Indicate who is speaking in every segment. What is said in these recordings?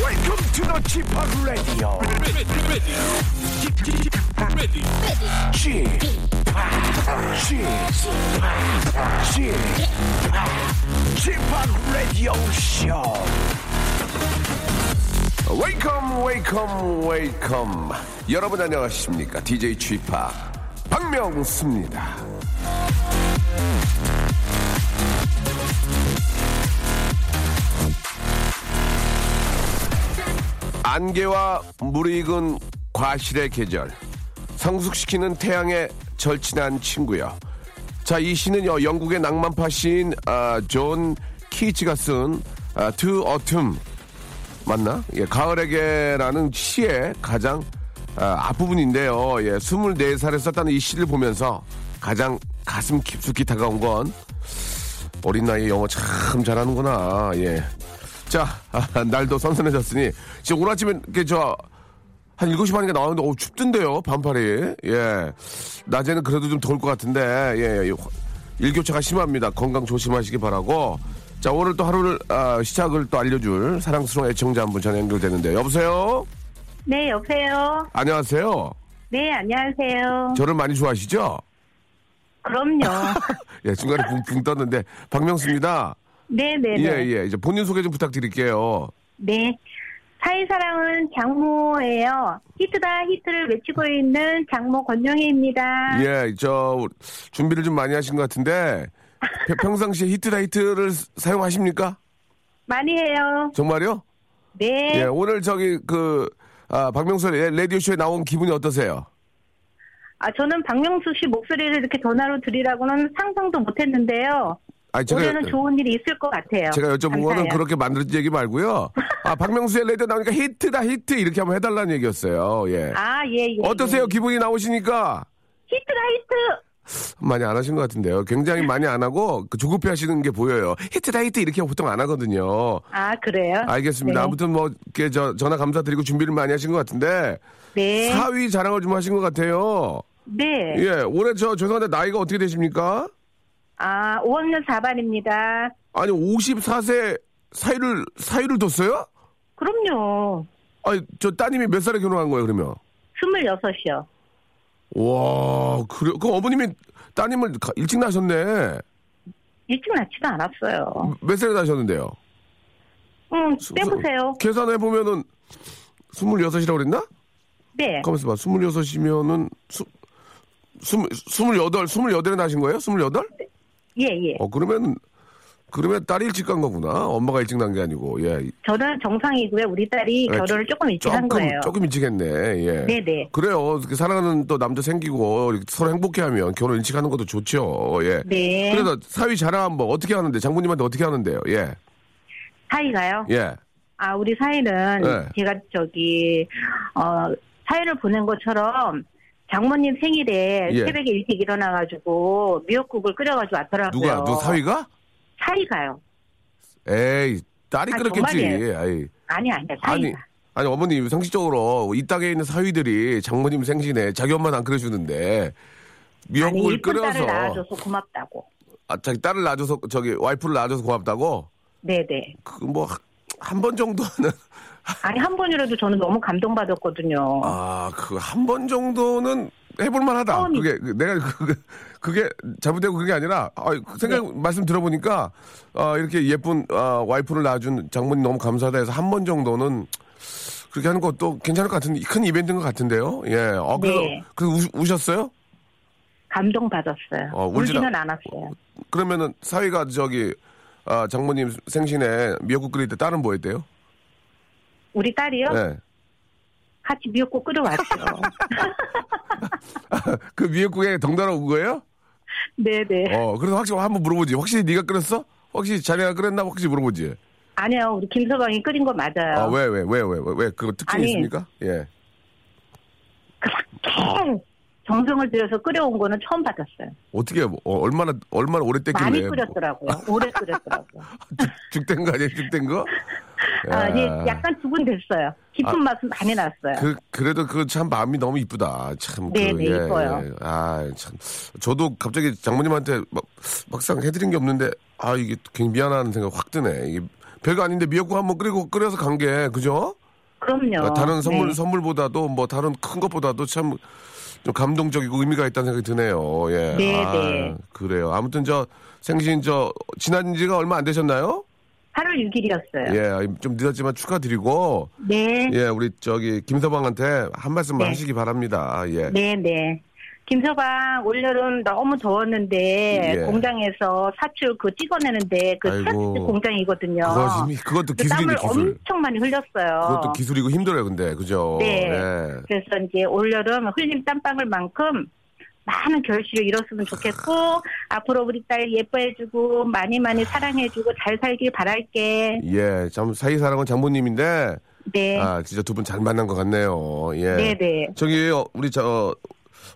Speaker 1: Welcome to the Chip Radio. Chip Chip Radio Show. Welcome, welcome, welcome. 여러분 안녕하십니까? DJ Chip 박명수입니다. 안개와 물이 익은 과실의 계절 성숙시키는 태양의 절친한 친구요 자 이 시는요 영국의 낭만파 시인 아, 존 키츠가 쓴 아, To Autumn 맞나? 예, 가을에게라는 시의 가장 아, 앞부분인데요. 예, 24살에 썼다는 이 시를 보면서 가장 가슴 깊숙이 다가온 건 어린 나이에 영어 참 잘하는구나. 예. 자, 아, 날도 선선해졌으니 지금 오늘 아침에 이렇게 저. 한 7시 반인가 나왔는데, 어 춥던데요, 반팔이. 예. 낮에는 그래도 좀 더울 것 같은데, 예, 예. 일교차가 심합니다. 건강 조심하시기 바라고. 자, 오늘 또 하루를, 아, 시작을 또 알려줄 사랑스러운 애청자 한 분 전화 연결되는데, 여보세요?
Speaker 2: 네, 여보세요.
Speaker 1: 안녕하세요?
Speaker 2: 네, 안녕하세요.
Speaker 1: 저를 많이 좋아하시죠?
Speaker 2: 그럼요.
Speaker 1: 예, 중간에 붕, 붕 떴는데, 박명수입니다.
Speaker 2: 네, 네,
Speaker 1: 예,
Speaker 2: 네.
Speaker 1: 예. 이제 본인 소개 좀 부탁드릴게요.
Speaker 2: 네. 사이사랑은 장모예요. 히트다 히트를 외치고 있는 장모 권영희입니다.
Speaker 1: 예, 저 준비를 좀 많이 하신 것 같은데 평- 평상시에 히트다 히트를 스- 사용하십니까?
Speaker 2: 많이 해요.
Speaker 1: 정말요?
Speaker 2: 네.
Speaker 1: 예, 오늘 저기 그 아, 박명수 라디오 쇼에 나온 기분이 어떠세요?
Speaker 2: 아, 저는 박명수 씨 목소리를 이렇게 전화로 드리라고는 상상도 못했는데요.
Speaker 1: 아니 제가
Speaker 2: 올해는 좋은 일이 있을 것 같아요.
Speaker 1: 제가 여쭤본 거는
Speaker 2: 감사해요.
Speaker 1: 그렇게 만들었지 얘기 말고요. 아, 박명수의 라디오 나오니까 히트다 히트 이렇게 한번 해달라는 얘기였어요. 예.
Speaker 2: 아, 예, 예.
Speaker 1: 어떠세요?
Speaker 2: 예.
Speaker 1: 기분이 나오시니까
Speaker 2: 히트다 히트!
Speaker 1: 많이 안 하신 것 같은데요. 굉장히 많이 안 하고 그 조급해 하시는 게 보여요. 히트다 히트 이렇게 보통 안 하거든요.
Speaker 2: 아, 그래요?
Speaker 1: 알겠습니다.
Speaker 2: 네.
Speaker 1: 아무튼 뭐, 이렇게 저, 전화 감사드리고 준비를 많이 하신 것 같은데,
Speaker 2: 네.
Speaker 1: 사위 자랑을 좀 하신 것 같아요.
Speaker 2: 네.
Speaker 1: 예, 올해 저, 죄송한데, 나이가 어떻게 되십니까?
Speaker 2: 아, 5학년 4반입니다.
Speaker 1: 아니, 54세 사위를, 사위를 뒀어요?
Speaker 2: 그럼요.
Speaker 1: 아니, 저 따님이 몇 살에 결혼한 거예요, 그러면?
Speaker 2: 26이요.
Speaker 1: 와, 그래. 그럼 어머님이 따님을 가- 일찍 낳으셨네.
Speaker 2: 일찍 낳지도 않았어요.
Speaker 1: 몇 살에 낳으셨는데요?
Speaker 2: 응, 빼보세요.
Speaker 1: 계산해보면은, 26이라고 그랬나?
Speaker 2: 네.
Speaker 1: 가만있어 봐. 26이면은, 스, 스물, 28, 28에 낳으신 거예요? 28?
Speaker 2: 예, 예.
Speaker 1: 어 그러면 그러면 딸이 일찍 간 거구나. 엄마가 일찍 난 게 아니고 예.
Speaker 2: 저는 정상이고요. 우리 딸이
Speaker 1: 예,
Speaker 2: 결혼을 조금 일찍 한
Speaker 1: 조금
Speaker 2: 거예요.
Speaker 1: 조금 일찍 했네. 예.
Speaker 2: 네네.
Speaker 1: 그래요. 이렇게 사랑하는 또 남자 생기고 이렇게 서로 행복해하면 결혼 일찍 하는 것도 좋죠. 예.
Speaker 2: 네.
Speaker 1: 그래서 사위 자랑 한번 어떻게 하는데 장모님한테 어떻게 하는데요? 예.
Speaker 2: 사이가요?
Speaker 1: 예.
Speaker 2: 아, 우리 사이는
Speaker 1: 네.
Speaker 2: 제가 저기, 어, 사이를 보낸 것처럼 장모님 생일에
Speaker 1: 예.
Speaker 2: 새벽에 일찍 일어나가지고 미역국을 끓여가지고 왔더라고요.
Speaker 1: 누가 누 사위가?
Speaker 2: 사이가요.
Speaker 1: 에이 딸이
Speaker 2: 아,
Speaker 1: 끓였겠지.
Speaker 2: 정말이에요.
Speaker 1: 아이.
Speaker 2: 아니, 아니야. 사이가.
Speaker 1: 아니 아니 어머님 상식적으로 이 땅에 있는 사위들이 장모님 생신에 자기 엄마는 안 끓여주는데 미역국을
Speaker 2: 이쁜 딸을
Speaker 1: 끓여서
Speaker 2: 낳아줘서 고맙다고.
Speaker 1: 아, 자기 딸을 낳아줘서 저기 와이프를 낳아줘서 고맙다고.
Speaker 2: 네네.
Speaker 1: 그 뭐 한 번 정도는
Speaker 2: 아니, 한 번이라도 저는 너무 감동받았거든요.
Speaker 1: 아그 한 번 정도는 해볼만하다.
Speaker 2: 처음이-
Speaker 1: 그게 그- 내가 그, 그게 잘못되고 그게 아니라 아, 그 생각
Speaker 2: 네.
Speaker 1: 말씀 들어보니까 아, 이렇게 예쁜 아, 와이프를 낳아준 장모님 너무 감사하다 해서 한 번 정도는 그렇게 하는 것도 괜찮을 것 같은 큰 이벤트인 것 같은데요. 예. 어, 그래서
Speaker 2: 네.
Speaker 1: 그래서 우- 우셨어요?
Speaker 2: 감동받았어요.
Speaker 1: 어, 울진
Speaker 2: 울지는
Speaker 1: 않-
Speaker 2: 않았어요.
Speaker 1: 그러면은 사위가 저기 아, 장모님 생신에 미역국 끓일 때 딸은 뭐 했대요?
Speaker 2: 우리 딸이요?
Speaker 1: 예.
Speaker 2: 같이 미역국 끓여왔죠.
Speaker 1: 그 미역국에 덩달아 온 거예요?
Speaker 2: 네네.
Speaker 1: 어, 그래서 확실히 한번 물어보지. 확실히 네가 끓였어? 확실히 자네가 끓였나? 확실히 물어보지.
Speaker 2: 아니요, 우리 김서방이 끓인 거 맞아요.
Speaker 1: 아, 왜, 왜, 왜, 왜, 왜, 왜? 그거 특징이
Speaker 2: 아니.
Speaker 1: 있습니까? 예.
Speaker 2: 그렇게 정성을 들여서 끓여온 거는 처음 받았어요.
Speaker 1: 어떻게, 어, 얼마나, 얼마나 오래 뗐길래.
Speaker 2: 많이 끓였더라고요. 오래 끓였더라고요.
Speaker 1: 죽된 거 아니에요? 죽된 거?
Speaker 2: 아,
Speaker 1: 야. 아,
Speaker 2: 예, 약간 두근 됐어요. 깊은 맛은 많이 났어요.
Speaker 1: 그 그래도 그 참 마음이 너무 이쁘다. 참. 그,
Speaker 2: 네, 네, 이뻐요.
Speaker 1: 아, 참. 저도 갑자기 장모님한테 막, 막상 해드린 게 없는데 아 이게 괜히 미안하는 생각 확 드네. 이게 별거 아닌데 미역국 한번 끓이고 끓여서 간 게 그죠?
Speaker 2: 그럼요.
Speaker 1: 아, 다른 선물
Speaker 2: 네.
Speaker 1: 선물보다도 뭐 다른 큰 것보다도 참. 좀 감동적이고 의미가 있다는 생각이 드네요. 예.
Speaker 2: 네,
Speaker 1: 아,
Speaker 2: 네.
Speaker 1: 그래요. 아무튼 저 생신 저 지난 지가 얼마 안 되셨나요?
Speaker 2: 8월 6일이었어요.
Speaker 1: 예. 좀 늦었지만 축하드리고
Speaker 2: 네.
Speaker 1: 예, 우리 저기 김서방한테 한 말씀만
Speaker 2: 네.
Speaker 1: 하시기 바랍니다. 예.
Speaker 2: 네, 네. 김서방 올여름 너무 더웠는데
Speaker 1: 예.
Speaker 2: 공장에서 사출 그 찍어내는데 그
Speaker 1: 아이고.
Speaker 2: 스타트 공장이거든요.
Speaker 1: 그거 힘이- 그것도
Speaker 2: 그
Speaker 1: 기술이네
Speaker 2: 땀을
Speaker 1: 기술.
Speaker 2: 엄청 많이 흘렸어요.
Speaker 1: 그것도 기술이고 힘들어요, 근데 그죠?
Speaker 2: 네.
Speaker 1: 예.
Speaker 2: 그래서 이제 올여름 흘린 땀방울 만큼 많은 결실을 이뤘으면 좋겠고 앞으로 우리 딸 예뻐해주고 많이 많이 사랑해주고 잘 살길 바랄게.
Speaker 1: 예, 참 사이 사랑은 장모님인데
Speaker 2: 네.
Speaker 1: 아 진짜 두 분 잘 만난 것 같네요. 예.
Speaker 2: 네, 네.
Speaker 1: 저기 어, 우리 저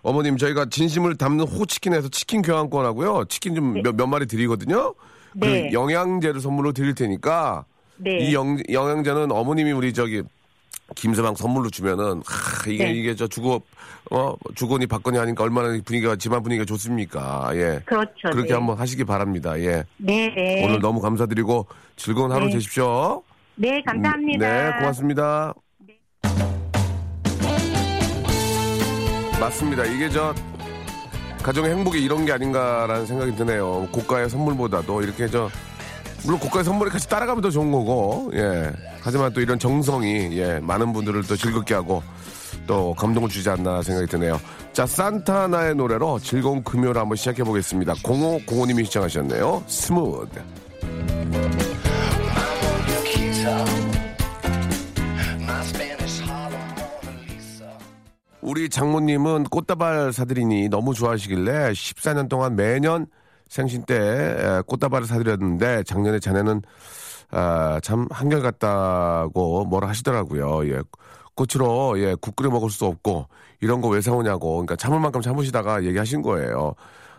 Speaker 1: 어머님 저희가 진심을 담는 호치킨에서 치킨 교환권하고요, 치킨 좀 몇 마리 드리거든요.
Speaker 2: 네.
Speaker 1: 그 영양제를 선물로 드릴 테니까
Speaker 2: 네.
Speaker 1: 이 영, 영양제는 어머님이 우리 저기 김서방 선물로 주면은 하, 이게
Speaker 2: 네.
Speaker 1: 이게 저 주거 어 주거니 받거니 하니까 얼마나 분위기가 집안 분위기가 좋습니까? 예.
Speaker 2: 그렇죠.
Speaker 1: 그렇게
Speaker 2: 네.
Speaker 1: 한번 하시기 바랍니다. 예.
Speaker 2: 네, 네.
Speaker 1: 오늘 너무 감사드리고 즐거운 하루
Speaker 2: 네.
Speaker 1: 되십시오.
Speaker 2: 네, 감사합니다.
Speaker 1: 네, 고맙습니다. 맞습니다. 이게 저 가정의 행복이 이런 게 아닌가라는 생각이 드네요. 고가의 선물보다도 이렇게 저 물론 고가의 선물이 같이 따라가면 더 좋은 거고 예 하지만 또 이런 정성이 예 많은 분들을 또 즐겁게 하고 또 감동을 주지 않나 생각이 드네요. 자 산타나의 노래로 즐거운 금요일 한번 시작해 보겠습니다. 0505님이 시청하셨네요. 스무드. 우리 장모님은 꽃다발 사드리니 너무 좋아하시길래 14년 동안 매년 생신 때 에, 꽃다발을 사드렸는데 작년에 자네는 아, 참 한결같다고 뭐라 하시더라고요. 예. 꽃으로 예, 국 끓여 먹을 수 없고 이런 거 왜 사오냐고 그러니까 참을 만큼 참으시다가 얘기하신 거예요.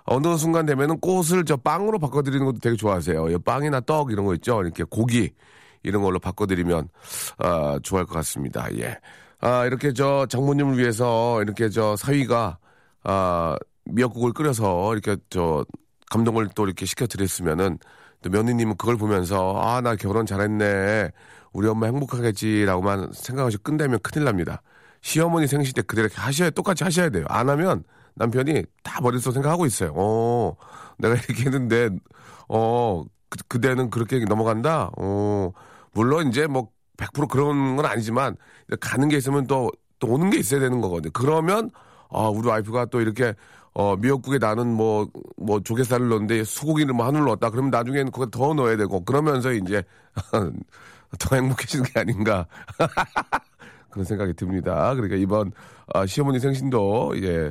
Speaker 1: 어느 순간 되면은 꽃을 저 빵으로 바꿔드리는 것도 되게 좋아하세요. 예, 빵이나 떡 이런 거 있죠. 이렇게 고기 이런 걸로 바꿔드리면 아, 좋아할 것 같습니다. 예. 아, 이렇게 저 장모님을 위해서 이렇게 저 사위가 아, 미역국을 끓여서 이렇게 저 감동을 또 이렇게 시켜드렸으면은 또 며느님은 그걸 보면서 아, 나 결혼 잘했네. 우리 엄마 행복하겠지라고만 생각하시고 끝내면 큰일 납니다. 시어머니 생신 때 그대로 이렇게 하셔야 똑같이 하셔야 돼요. 안 하면 남편이 다 머릿속 생각하고 있어요. 어, 내가 이렇게 했는데 어, 그, 그대는 그렇게 넘어간다? 어, 물론 이제 뭐 100% 그런 건 아니지만 가는 게 있으면 또, 또 오는 게 있어야 되는 거거든요. 그러면, 아, 우리 와이프가 또 이렇게, 어, 미역국에 나는 뭐, 뭐 조개살을 넣었는데 소고기를 뭐 한울 넣었다. 그러면 나중에는 그거 더 넣어야 되고, 그러면서 이제 더 행복해지는 게 아닌가. 그런 생각이 듭니다. 그러니까 이번 아, 시어머니 생신도 예,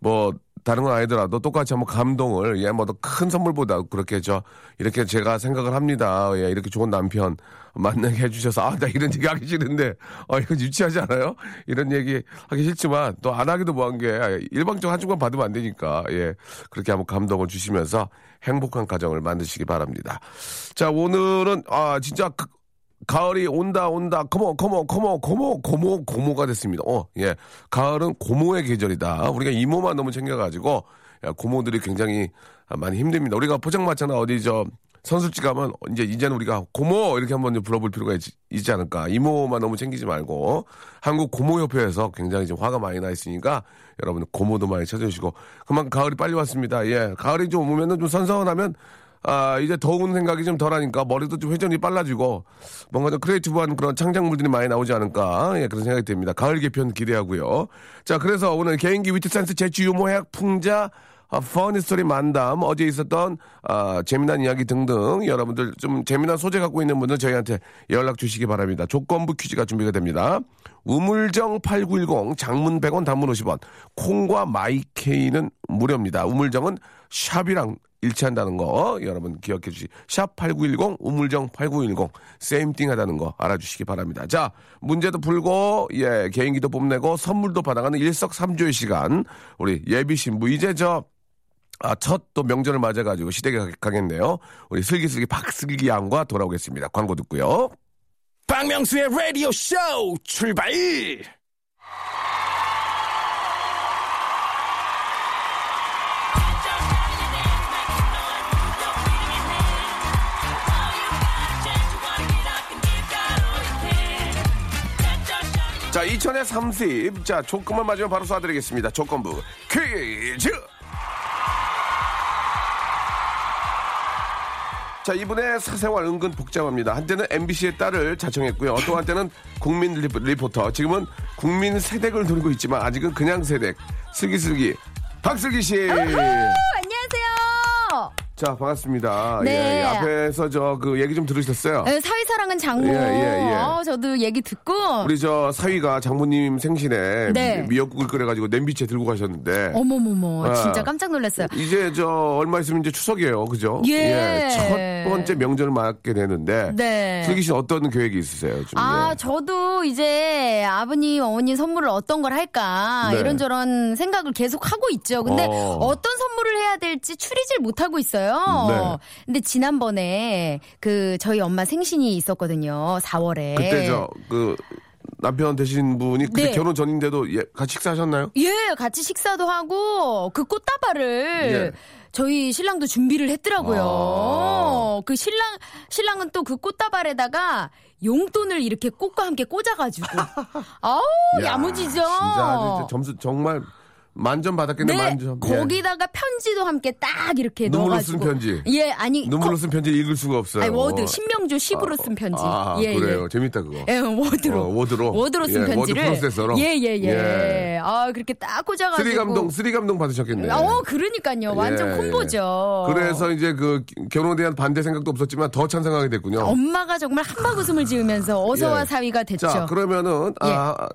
Speaker 1: 뭐 다른 건 아니더라도 똑같이 한번 감동을 예, 뭐 더 큰 선물보다 그렇게 저 이렇게 제가 생각을 합니다. 예, 이렇게 좋은 남편 만나게 해주셔서 아 나 이런 얘기 하기 싫은데 아 이거 유치하지 않아요? 이런 얘기 하기 싫지만 또 안 하기도 뭐한 게 아, 일방적 한 주간 받으면 안 되니까 예 그렇게 한번 감동을 주시면서 행복한 가정을 만드시기 바랍니다. 자 오늘은 아 진짜 그- 가을이 온다 온다 고모 고모 고모 고모 고모 고모가 됐습니다. 어, 예. 가을은 고모의 계절이다. 우리가 이모만 너무 챙겨 가지고 고모들이 굉장히 아, 많이 힘듭니다. 우리가 포장마차나 어디 저 선술집 가면 이제 이제는 우리가 고모 이렇게 한번 좀 불러볼 필요가 있, 있지 않을까. 이모만 너무 챙기지 말고 어? 한국 고모협회에서 굉장히 지금 화가 많이 나 있으니까 여러분 고모도 많이 찾아주시고 그만큼 가을이 빨리 왔습니다. 예, 가을이 좀 오면은 좀 선선하면 아, 이제 더운 생각이 좀 덜하니까 머리도 좀 회전이 빨라지고 뭔가 좀 크리에이티브한 그런 창작물들이 많이 나오지 않을까 예, 그런 생각이 듭니다. 가을 개편 기대하고요. 자, 그래서 오늘 개인기 위트센스 재치 유모 해학 풍자 아, 퍼니 스토리 만담, 어제 있었던 아, 재미난 이야기 등등 여러분들 좀 재미난 소재 갖고 있는 분들 저희한테 연락 주시기 바랍니다. 조건부 퀴즈가 준비가 됩니다. 우물정 8910 장문 100원 단문 50원 콩과 마이케이는 무료입니다. 우물정은 샵이랑 일치한다는 거 어? 여러분 기억해 주시. 샵8910 우물정 8910 세임띵 하다는 거 알아주시기 바랍니다. 자, 문제도 풀고 예, 개인기도 뽐내고 선물도 받아가는 일석삼조의 시간. 우리 예비 신부 이제 저 아, 첫 또 명절을 맞아가지고 시댁에 가- 가겠네요. 우리 슬기슬기 박슬기 양과 돌아오겠습니다. 광고 듣고요.
Speaker 3: 박명수의 라디오 쇼 출발!
Speaker 1: 자, 2000에 30. 자, 조건만 맞으면 바로 쏴드리겠습니다. 조건부 퀴즈! 자, 이분의 사생활 은근 복잡합니다. 한때는 MBC의 딸을 자청했고요. 또 한때는 국민 리포- 리포터. 지금은 국민 세댁을 누리고 있지만 아직은 그냥 세댁. 슬기슬기. 박슬기 씨.
Speaker 4: 안녕하세요.
Speaker 1: 자, 반갑습니다.
Speaker 4: 네.
Speaker 1: 예, 예. 앞에서 저 그 얘기 좀 들으셨어요?
Speaker 4: 네, 사위사랑은 장모.
Speaker 1: 예, 예, 예.
Speaker 4: 어, 저도 얘기 듣고.
Speaker 1: 우리 저 사위가 장모님 생신에
Speaker 4: 네.
Speaker 1: 미- 미역국을 끓여가지고 냄비채 들고 가셨는데
Speaker 4: 어머머머,
Speaker 1: 아.
Speaker 4: 진짜 깜짝 놀랐어요.
Speaker 1: 이제 저 얼마 있으면 이제 추석이에요, 그죠?
Speaker 4: 예.
Speaker 1: 첫 번째 명절을 맞게 되는데
Speaker 4: 네.
Speaker 1: 슬기 씨는 어떤 계획이 있으세요? 좀,
Speaker 4: 아,
Speaker 1: 예.
Speaker 4: 저도 이제 아버님, 어머님 선물을 어떤 걸 할까
Speaker 1: 네.
Speaker 4: 이런저런 생각을 계속 하고 있죠. 근데
Speaker 1: 어.
Speaker 4: 어. 떤 선물을 해야 될지 추리질 못하고 있어요.
Speaker 1: 네.
Speaker 4: 근데 지난번에 그 저희 엄마 생신이 있었거든요. 4월에.
Speaker 1: 그때 저 그 남편 되신 분이 그때
Speaker 4: 예. 네.
Speaker 1: 결혼 전인데도 예, 같이 식사하셨나요?
Speaker 4: 예, 같이 식사도 하고 그 꽃다발을
Speaker 1: 예.
Speaker 4: 저희 신랑도 준비를 했더라고요.
Speaker 1: 아.
Speaker 4: 그 신랑 신랑은 또 그 꽃다발에다가 용돈을 이렇게 꽃과 함께 꽂아가지고 아우
Speaker 1: 야,
Speaker 4: 어, 야무지죠.
Speaker 1: 진짜 아주 진짜 점수 정말 만점 받았겠네,
Speaker 4: 네,
Speaker 1: 만점. 예.
Speaker 4: 거기다가 편지도 함께 딱 이렇게
Speaker 1: 눈물로
Speaker 4: 넣어가지고
Speaker 1: 쓴 편지.
Speaker 4: 예, 아니
Speaker 1: 눈물로
Speaker 4: 거-
Speaker 1: 쓴 편지 읽을 수가 없어요.
Speaker 4: 아니 워드 신명조 10으로 쓴 편지.
Speaker 1: 아,
Speaker 4: 예,
Speaker 1: 그래요.
Speaker 4: 예.
Speaker 1: 재밌다 그거.
Speaker 4: 예, 워드로.
Speaker 1: 어, 워드로.
Speaker 4: 쓴
Speaker 1: 예, 워드
Speaker 4: 편지를.
Speaker 1: 프로세서로.
Speaker 4: 예, 예, 예.
Speaker 1: 예.
Speaker 4: 아, 그렇게 딱 꽂아가지고.
Speaker 1: 쓰리 감동, 쓰리 감동 받으셨겠네.
Speaker 4: 어, 그러니까요. 완전
Speaker 1: 예.
Speaker 4: 콤보죠.
Speaker 1: 그래서 이제 그 결혼에 대한 반대 생각도 없었지만 더 찬성하게 됐군요.
Speaker 4: 어, 엄마가 정말 한바구음을 지으면서 어서와
Speaker 1: 예.
Speaker 4: 사위가 됐죠.
Speaker 1: 자, 그러면은 아,
Speaker 4: 예.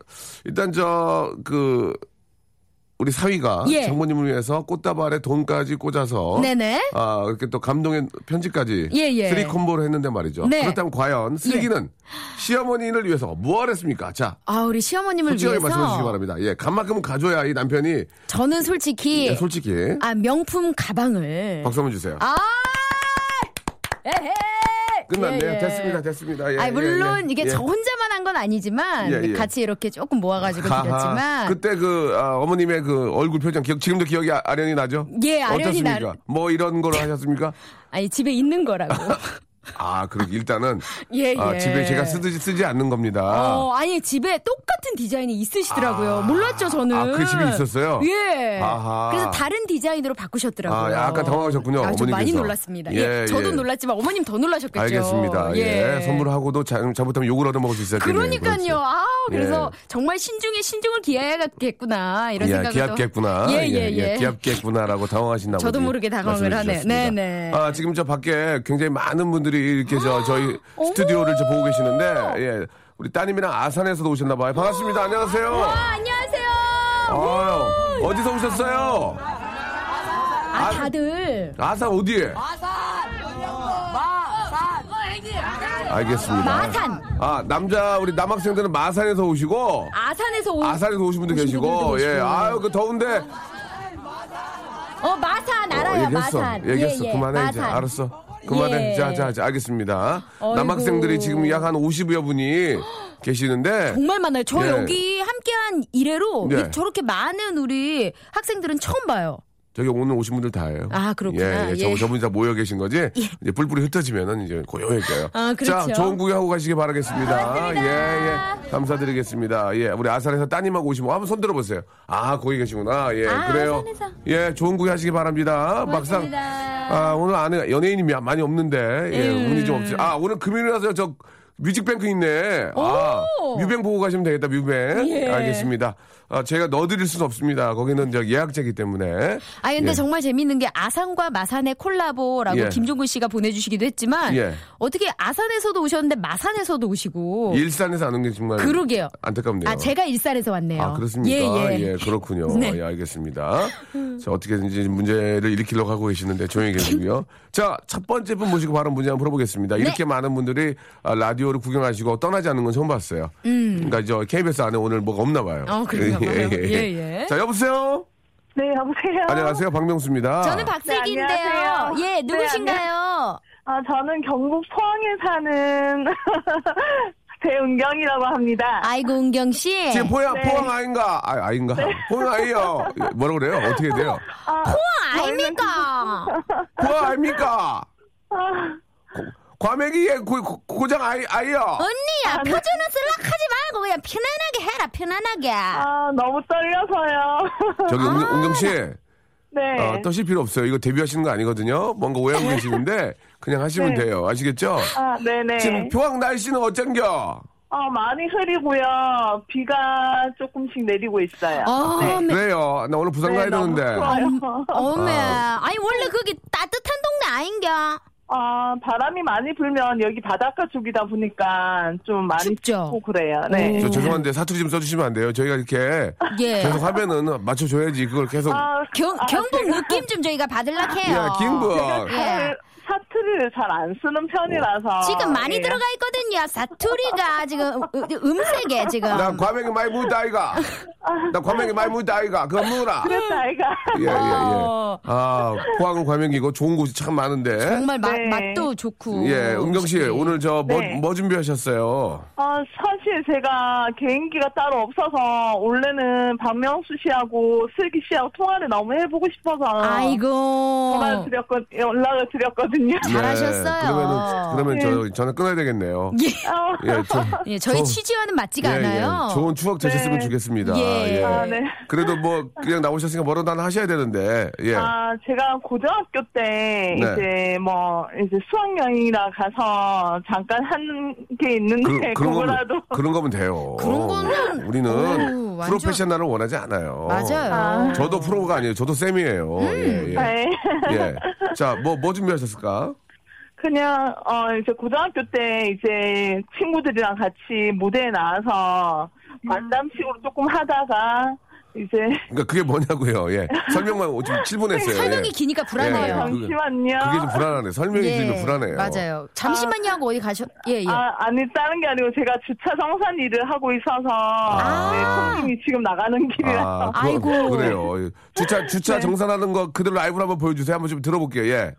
Speaker 1: 일단 저 그 우리 사위가
Speaker 4: 예.
Speaker 1: 장모님을 위해서 꽃다발에 돈까지 꽂아서
Speaker 4: 네네.
Speaker 1: 아, 이렇게 또 감동의 편지까지
Speaker 4: 예, 예.
Speaker 1: 쓰리 콤보를 했는데 말이죠.
Speaker 4: 네.
Speaker 1: 그렇다면 과연 슬기는 시어머니를 위해서 무엇 했습니까? 자,
Speaker 4: 아, 우리 시어머님을
Speaker 1: 솔직하게
Speaker 4: 위해서
Speaker 1: 말씀해 주시기 바랍니다. 예, 간만큼은 가져야 이 남편이
Speaker 4: 저는 솔직히
Speaker 1: 예, 솔직히
Speaker 4: 아, 명품 가방을
Speaker 1: 박수 한번 주세요.
Speaker 4: 아! 에헤!
Speaker 1: 끝났네요.
Speaker 4: 예, 예.
Speaker 1: 됐습니다. 됐습니다. 예,
Speaker 4: 아, 물론
Speaker 1: 예, 예.
Speaker 4: 이게
Speaker 1: 예.
Speaker 4: 저 혼자만 한 건 아니지만
Speaker 1: 예, 예.
Speaker 4: 같이 이렇게 조금 모아가지고
Speaker 1: 아하.
Speaker 4: 드렸지만
Speaker 1: 그때 그 아, 어머님의 그 얼굴 표정 기억 지금도 기억이 아- 아련히 나죠?
Speaker 4: 예, 아련히 네.
Speaker 1: 어떻습니까?
Speaker 4: 나-
Speaker 1: 뭐 이런 걸 하셨습니까?
Speaker 4: 아니 집에 있는 거라고.
Speaker 1: 아, 그럼 일단은
Speaker 4: 예,
Speaker 1: 아,
Speaker 4: 예.
Speaker 1: 집에 제가 쓰지 쓰지 않는 겁니다.
Speaker 4: 어, 아니 집에 똑같은 디자인이 있으시더라고요. 몰랐죠 저는.
Speaker 1: 아, 그 집이 있었어요?
Speaker 4: 예.
Speaker 1: 아하.
Speaker 4: 그래서 다른 디자인으로 바꾸셨더라고요.
Speaker 1: 아, 약간 당황하셨군요,
Speaker 4: 아, 좀 많이
Speaker 1: 어머님께서.
Speaker 4: 놀랐습니다.
Speaker 1: 예,
Speaker 4: 예,
Speaker 1: 예.
Speaker 4: 저도 놀랐지만 어머님 더 놀라셨겠죠.
Speaker 1: 알겠습니다. 예. 선물하고도 자, 잘못하면 욕을 얻어먹을 수 있어요. 그렇죠.
Speaker 4: 그러니까요. 아, 그래서
Speaker 1: 예.
Speaker 4: 정말 신중에 신중을 기해야겠구나 이런
Speaker 1: 예,
Speaker 4: 생각을 또-
Speaker 1: 기합겠구나.
Speaker 4: 예, 예, 예.
Speaker 1: 기합겠구나라고 당황하신다고. 예,
Speaker 4: 저도 모르게 당황을 하네요. 네, 네.
Speaker 1: 아, 지금 저 밖에 굉장히 많은 분들이 이렇게 저, 저희 스튜디오를 저 보고 계시는데, 예. 우리 따님이랑 아산에서도 오셨나봐요. 반갑습니다. 안녕하세요.
Speaker 4: 아, 안녕하세요.
Speaker 1: 어, 아유, 어디서 오셨어요?
Speaker 4: 아, 다들
Speaker 1: 아산 어디에? 알겠습니다.
Speaker 4: 마산.
Speaker 1: 아, 남자, 우리 남학생들은 마산에서 오시고,
Speaker 4: 아산에서 온
Speaker 1: 아산에서 오신 분도
Speaker 4: 오신
Speaker 1: 계시고,
Speaker 4: 분들도
Speaker 1: 예.
Speaker 4: 오시고.
Speaker 1: 아유, 그 더운데.
Speaker 4: 어 마산 알아요
Speaker 1: 얘기했어.
Speaker 4: 마산
Speaker 1: 얘기했어.
Speaker 4: 예, 예,
Speaker 1: 그만해, 이제.
Speaker 4: 마산.
Speaker 1: 알았어. 그만해.
Speaker 4: 예.
Speaker 1: 자, 자, 자, 알겠습니다.
Speaker 4: 어이구.
Speaker 1: 남학생들이 지금 약 한 50여 분이 계시는데,
Speaker 4: 정말 많아요. 저
Speaker 1: 예.
Speaker 4: 여기 함께한 이래로
Speaker 1: 예.
Speaker 4: 저렇게 많은 우리 학생들은 처음 봐요.
Speaker 1: 저기 오늘 오신 분들 다예요.
Speaker 4: 아, 그렇구나.
Speaker 1: 예, 예. 저,
Speaker 4: 예.
Speaker 1: 저분이 다 모여 계신 거지. 이제 뿔뿔이 흩어지면은 이제 고요해져요.
Speaker 4: 아, 그렇죠. 아,
Speaker 1: 자, 좋은 구경하고 가시기 바라겠습니다. 예, 예. 감사드리겠습니다. 예, 우리 아산에서 따님하고 오시면 한번 손 들어보세요. 아, 거기 계시구나. 예,
Speaker 4: 아,
Speaker 1: 그래요.
Speaker 4: 아산에서.
Speaker 1: 예, 좋은 구경 하시기 바랍니다.
Speaker 4: 고맙습니다.
Speaker 1: 막상 아, 오늘 아내 연예인이 마- 많이 없는데 예, 운이 좀 없지. 아, 오늘 금요일이라서 저 뮤직뱅크 있네. 아,
Speaker 4: 오!
Speaker 1: 뮤뱅 보고 가시면 되겠다. 뮤뱅.
Speaker 4: 예.
Speaker 1: 알겠습니다. 아, 제가 넣어드릴 수는 없습니다. 거기는 저 예약제기 때문에.
Speaker 4: 아 근데
Speaker 1: 예.
Speaker 4: 정말 재밌는 게 아산과 마산의 콜라보라고
Speaker 1: 예.
Speaker 4: 김종근 씨가 보내주시기도 했지만
Speaker 1: 예.
Speaker 4: 어떻게 아산에서도 오셨는데 마산에서도 오시고
Speaker 1: 일산에서 안 온 게 정말
Speaker 4: 어. 그러게요.
Speaker 1: 안타깝네요.
Speaker 4: 아 제가 일산에서 왔네요.
Speaker 1: 아, 그렇습니까?
Speaker 4: 예, 예.
Speaker 1: 그렇군요.
Speaker 4: 네.
Speaker 1: 예, 알겠습니다. 자, 어떻게든지 문제를 일으키려고 하고 계시는데 조용히 계시고요. 자, 첫 번째 분 모시고 바로 문제 한번 풀어보겠습니다.
Speaker 4: 네.
Speaker 1: 이렇게 많은 분들이 아, 라디오를 구경하시고 떠나지 않는 건 처음 봤어요. 그러니까 저 KBS 안에 오늘 뭐가 없나 봐요.
Speaker 4: 어, 그런가 봐요. 예, 예.
Speaker 1: 자, 여보세요?
Speaker 5: 네, 여보세요.
Speaker 1: 안녕하세요. 박명수입니다.
Speaker 4: 저는 박슬기인데요.
Speaker 5: 네, 안녕하세요.
Speaker 4: 예,
Speaker 5: 네,
Speaker 4: 누구신가요?
Speaker 5: 아, 저는 경북 포항에 사는 배은경이라고 합니다.
Speaker 4: 아이고 은경 씨.
Speaker 1: 지금
Speaker 4: 포
Speaker 5: 네.
Speaker 1: 포항, 포항 아인가? 아, 아인가? 포항 아이요. 뭐라 그래요? 어떻게 돼요?
Speaker 5: 아,
Speaker 4: 어, 아닙니까?
Speaker 1: 포항 아입니까? 과메기의 고, 장 아이, 아이요.
Speaker 4: 언니야
Speaker 5: 네.
Speaker 4: 표준은 쓸락하지 말고 그냥 편안하게 해라 편안하게.
Speaker 5: 아, 너무 떨려서요.
Speaker 1: 저기 은- 은경 씨.
Speaker 5: 네.
Speaker 1: 아, 떠실 필요 없어요. 이거 데뷔하시는 거 아니거든요. 뭔가 오해하고 계시는데 그냥 하시면
Speaker 5: 네.
Speaker 1: 돼요. 아시겠죠?
Speaker 5: 아, 네네.
Speaker 1: 지금 평양 날씨는 어쩐겨?
Speaker 5: 아, 많이 흐리고요. 비가 조금씩 내리고 있어요.
Speaker 4: 어, 매-
Speaker 1: 그래요. 나 오늘 부산
Speaker 5: 아, 네,
Speaker 1: 가야
Speaker 5: 너무
Speaker 1: 되는데.
Speaker 5: 추워요.
Speaker 4: 어메. 아니 원래 거기 따뜻한 동네 아닌겨.
Speaker 5: 아, 바람이 많이 불면 여기 바닷가 쪽이다 보니까 좀 많이
Speaker 4: 춥죠?
Speaker 5: 춥고 그래요. 네.
Speaker 1: 저 죄송한데 사투리 좀 써주시면 안 돼요. 저희가 이렇게
Speaker 4: 예.
Speaker 1: 계속 하면은 맞춰줘야지. 그걸 계속.
Speaker 5: 아,
Speaker 4: 경,
Speaker 5: 아,
Speaker 4: 경북 느낌 좀 저희가 받을락 해요. 예.
Speaker 1: 야, 김구.
Speaker 5: 잘, 사투리를 잘 안 쓰는 편이라서.
Speaker 4: 지금 많이
Speaker 5: 예.
Speaker 4: 들어가 있거든요. 사투리가 지금 음- 음색에 지금.
Speaker 5: 네.
Speaker 1: 나 과메기 많이 묻다 아이가. 나 과메기 많이 묻다 아이가. 그거 먹어라.
Speaker 5: 그랬다, 아이가.
Speaker 1: 예, 예, 예.
Speaker 4: 어.
Speaker 1: 아, 포항은 과메기고 좋은 곳이 참 많은데.
Speaker 4: 정말 마-
Speaker 5: 네.
Speaker 4: 맛도 좋고.
Speaker 1: 예, 은경 씨, 오늘 저 뭐
Speaker 5: 네.
Speaker 1: 뭐 준비하셨어요?
Speaker 5: 아, 사실 제가 개인기가 따로 없어서 원래는 박명수 씨하고 슬기 씨하고 통화를 너무 해보고 싶어서
Speaker 4: 아, 아이고.
Speaker 5: 전화를 드렸거, 연락을 드렸거든요.
Speaker 4: 잘하셨어요.
Speaker 1: 예,
Speaker 4: 네.
Speaker 1: 그러면, 그러면 저 전화 끊어야 되겠네요.
Speaker 5: 아,
Speaker 1: 예, 저-
Speaker 4: 예, 저희
Speaker 1: 저-
Speaker 4: 취지와는 맞지가
Speaker 1: 예,
Speaker 4: 않아요.
Speaker 1: 예. 좋은 추억 되셨으면
Speaker 5: 네.
Speaker 1: 좋겠습니다.
Speaker 4: 예.
Speaker 5: 아, 네.
Speaker 1: 그래도 뭐 그냥 나오셨으니까 뭐라도 하나 하셔야 되는데. 예.
Speaker 5: 아, 제가 고등학교 때
Speaker 1: 네.
Speaker 5: 이제 뭐 이제 수학여행이라 가서 잠깐 한 게 있는데 그,
Speaker 1: 그런
Speaker 5: 거라
Speaker 1: 거면
Speaker 5: 도
Speaker 1: 그런 거면 돼요.
Speaker 4: 네, 그런 거는-
Speaker 1: 우리는
Speaker 4: 어우, 완전-
Speaker 1: 프로페셔널을 원하지 않아요.
Speaker 4: 맞아요.
Speaker 1: 어.
Speaker 4: 음. 아,
Speaker 1: 저도 프로가 아니에요. 저도 쌤이에요. 예, 예.
Speaker 5: 네.
Speaker 1: 예. 자, 뭐 뭐 준비하셨을까?
Speaker 5: 그냥 어 이제 고등학교 때 이제 친구들이랑 같이 무대에 나와서 만담식으로 조금 하다가 이제
Speaker 1: 그러니까 그게 뭐냐고요. 예. 설명만 좀 7분 했어요.
Speaker 4: 네, 설명이
Speaker 1: 예.
Speaker 4: 기니까
Speaker 1: 예, 예.
Speaker 4: 불안해요.
Speaker 1: 그게-
Speaker 5: 아, 잠시만요.
Speaker 1: 그게 좀 불안하네. 설명이
Speaker 4: 예,
Speaker 1: 좀 불안해요.
Speaker 4: 맞아요. 잠시만요 하고 어디 가셔. 예, 예.
Speaker 5: 아, 아니, 다른 게 아니고 제가 주차 정산 일을 하고 있어서 네, 손님이 지금 나가는
Speaker 1: 아,
Speaker 5: 길이라서
Speaker 1: 그,
Speaker 4: 아이고.
Speaker 1: 그래요. 예.
Speaker 4: 네.
Speaker 1: 주차 주차 정산하는 거 그대로 라이브로 한번 보여주세요. 한번 좀 들어볼게요. 예.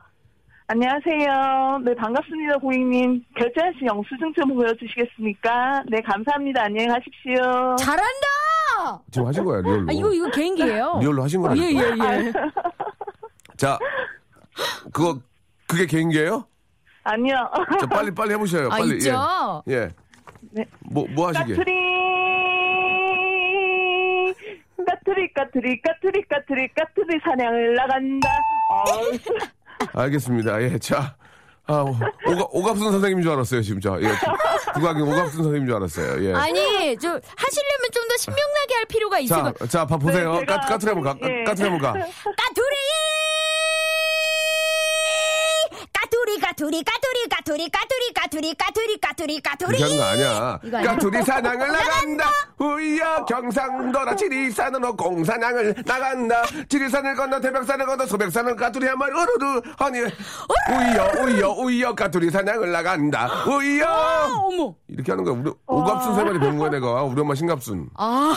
Speaker 5: 안녕하세요. 네, 반갑습니다, 고객님. 결제하신 영수증 좀 보여주시겠습니까? 네, 감사합니다. 안녕히 가십시오.
Speaker 4: 잘한다.
Speaker 1: 지금 하신 거예요, 리얼로.
Speaker 4: 아, 이거 이거 개인기예요.
Speaker 1: 리얼로 하신 거라니.
Speaker 4: 예, 예,
Speaker 5: 아.
Speaker 4: 예.
Speaker 1: 자, 그거 그게 개인기예요?
Speaker 5: 아니요.
Speaker 1: 자, 빨리 빨리 해보셔요.
Speaker 4: 아,
Speaker 1: 빨리.
Speaker 4: 있죠?
Speaker 1: 예. 예.
Speaker 5: 네.
Speaker 1: 뭐, 뭐 하시게?
Speaker 5: 까투리. 까투리, 까투리, 까투리, 까투리, 까투리 사냥을 나간다.
Speaker 1: 아,
Speaker 5: 어우,
Speaker 1: 알겠습니다. 예, 자. 아, 오가, 오갑순 선생님인 줄 알았어요, 지금 저. 예. 국악인 오갑순 선생님인 줄 알았어요. 예.
Speaker 4: 아니, 저 하시려면 좀 더 신명나게 할 필요가 있어.
Speaker 1: 자, 자, 밥 보세요.
Speaker 5: 네, 제가-
Speaker 1: 까, 까투리 한번 가,
Speaker 5: 예.
Speaker 1: 까투리 한번 가.
Speaker 4: 까투리! 까투리, 까투리, 까투리, 까투리, 까투리, 까투리, 까투리, 까투리, 까투리.
Speaker 1: 그렇게 하는 거 아니야.
Speaker 4: 이거 아니야.
Speaker 1: 까투리 사냥을 나간다. 우여 경상도라 지리산으로 공사냥을 나간다. 지리산을 건너 태백산을 건너 소백산을 까투리 한 마리 우르르 허니 우여 우여 우여 까투리 사냥을 나간다.
Speaker 4: 아,
Speaker 1: 우여
Speaker 4: 어머.
Speaker 1: 이렇게 하는 거야. 우리 오갑순 세 마리 배운 거야 내가. 우리 엄마 신갑순.
Speaker 4: 아,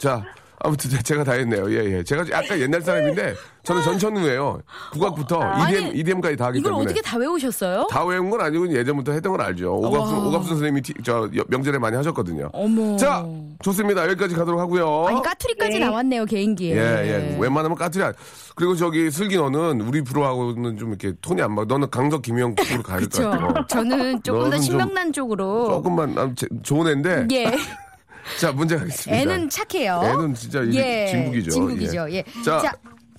Speaker 1: 자. 아무튼 제- 제가 다 했네요. 예, 예. 제가 약간 옛날 사람인데 저는 전천후예요. 국악부터 EDM,
Speaker 4: 아니,
Speaker 1: EDM까지 다 하기
Speaker 4: 이걸
Speaker 1: 때문에.
Speaker 4: 어떻게 다 외우셨어요?
Speaker 1: 그러니까 다 외운 건 아니고 예전부터 했던 걸 알죠. 오갑순,
Speaker 4: 어.
Speaker 1: 오갑순 선생님이 티- 저 여- 명절에 많이 하셨거든요.
Speaker 4: 어머.
Speaker 1: 자, 좋습니다. 여기까지 가도록 하고요.
Speaker 4: 아니, 까투리까지 나왔네요, 개인기에.
Speaker 1: 예, 예. 웬만하면 까투리 안. 그리고 저기 슬기 너는 우리 프로하고는 좀 이렇게 톤이 안 맞아. 너는 강석 김영 쪽으로 가야 될 것
Speaker 4: 그쵸.
Speaker 1: 같아요.
Speaker 4: 저는 조금
Speaker 1: 너는
Speaker 4: 더
Speaker 1: 좀-
Speaker 4: 신명난 쪽으로.
Speaker 1: 조금만 아, 제- 좋은 애인데.
Speaker 4: 예.
Speaker 1: 자, 문제 가겠습니다.
Speaker 4: 애는 착해요.
Speaker 1: 애는 진짜 이게 진국이죠. 예.
Speaker 4: 진국이죠. 예.
Speaker 1: 자,
Speaker 4: 자,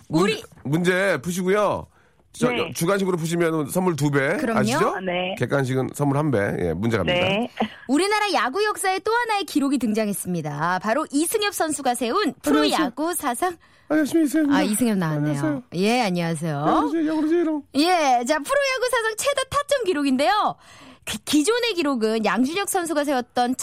Speaker 4: 우리
Speaker 1: 문제 푸시고요. 저,
Speaker 2: 네.
Speaker 1: 주간식으로 푸시면 선물 두 배
Speaker 4: 그럼요.
Speaker 1: 아시죠?
Speaker 2: 네.
Speaker 1: 객관식은 선물 한 배. 예, 문제 갑니다.
Speaker 2: 네.
Speaker 4: 우리나라 야구 역사에 또 하나의 기록이 등장했습니다. 바로 이승엽 선수가 세운 프로야구 사상.
Speaker 1: 안녕하세요, 이승.
Speaker 4: 아, 이승엽 나왔네요.
Speaker 1: 안녕하세요.
Speaker 4: 예, 안녕하세요.
Speaker 1: 영어로지 이름.
Speaker 4: 예, 자, 프로야구 사상 최다 타점 기록인데요. 그 기존의 기록은 양준혁 선수가 세웠던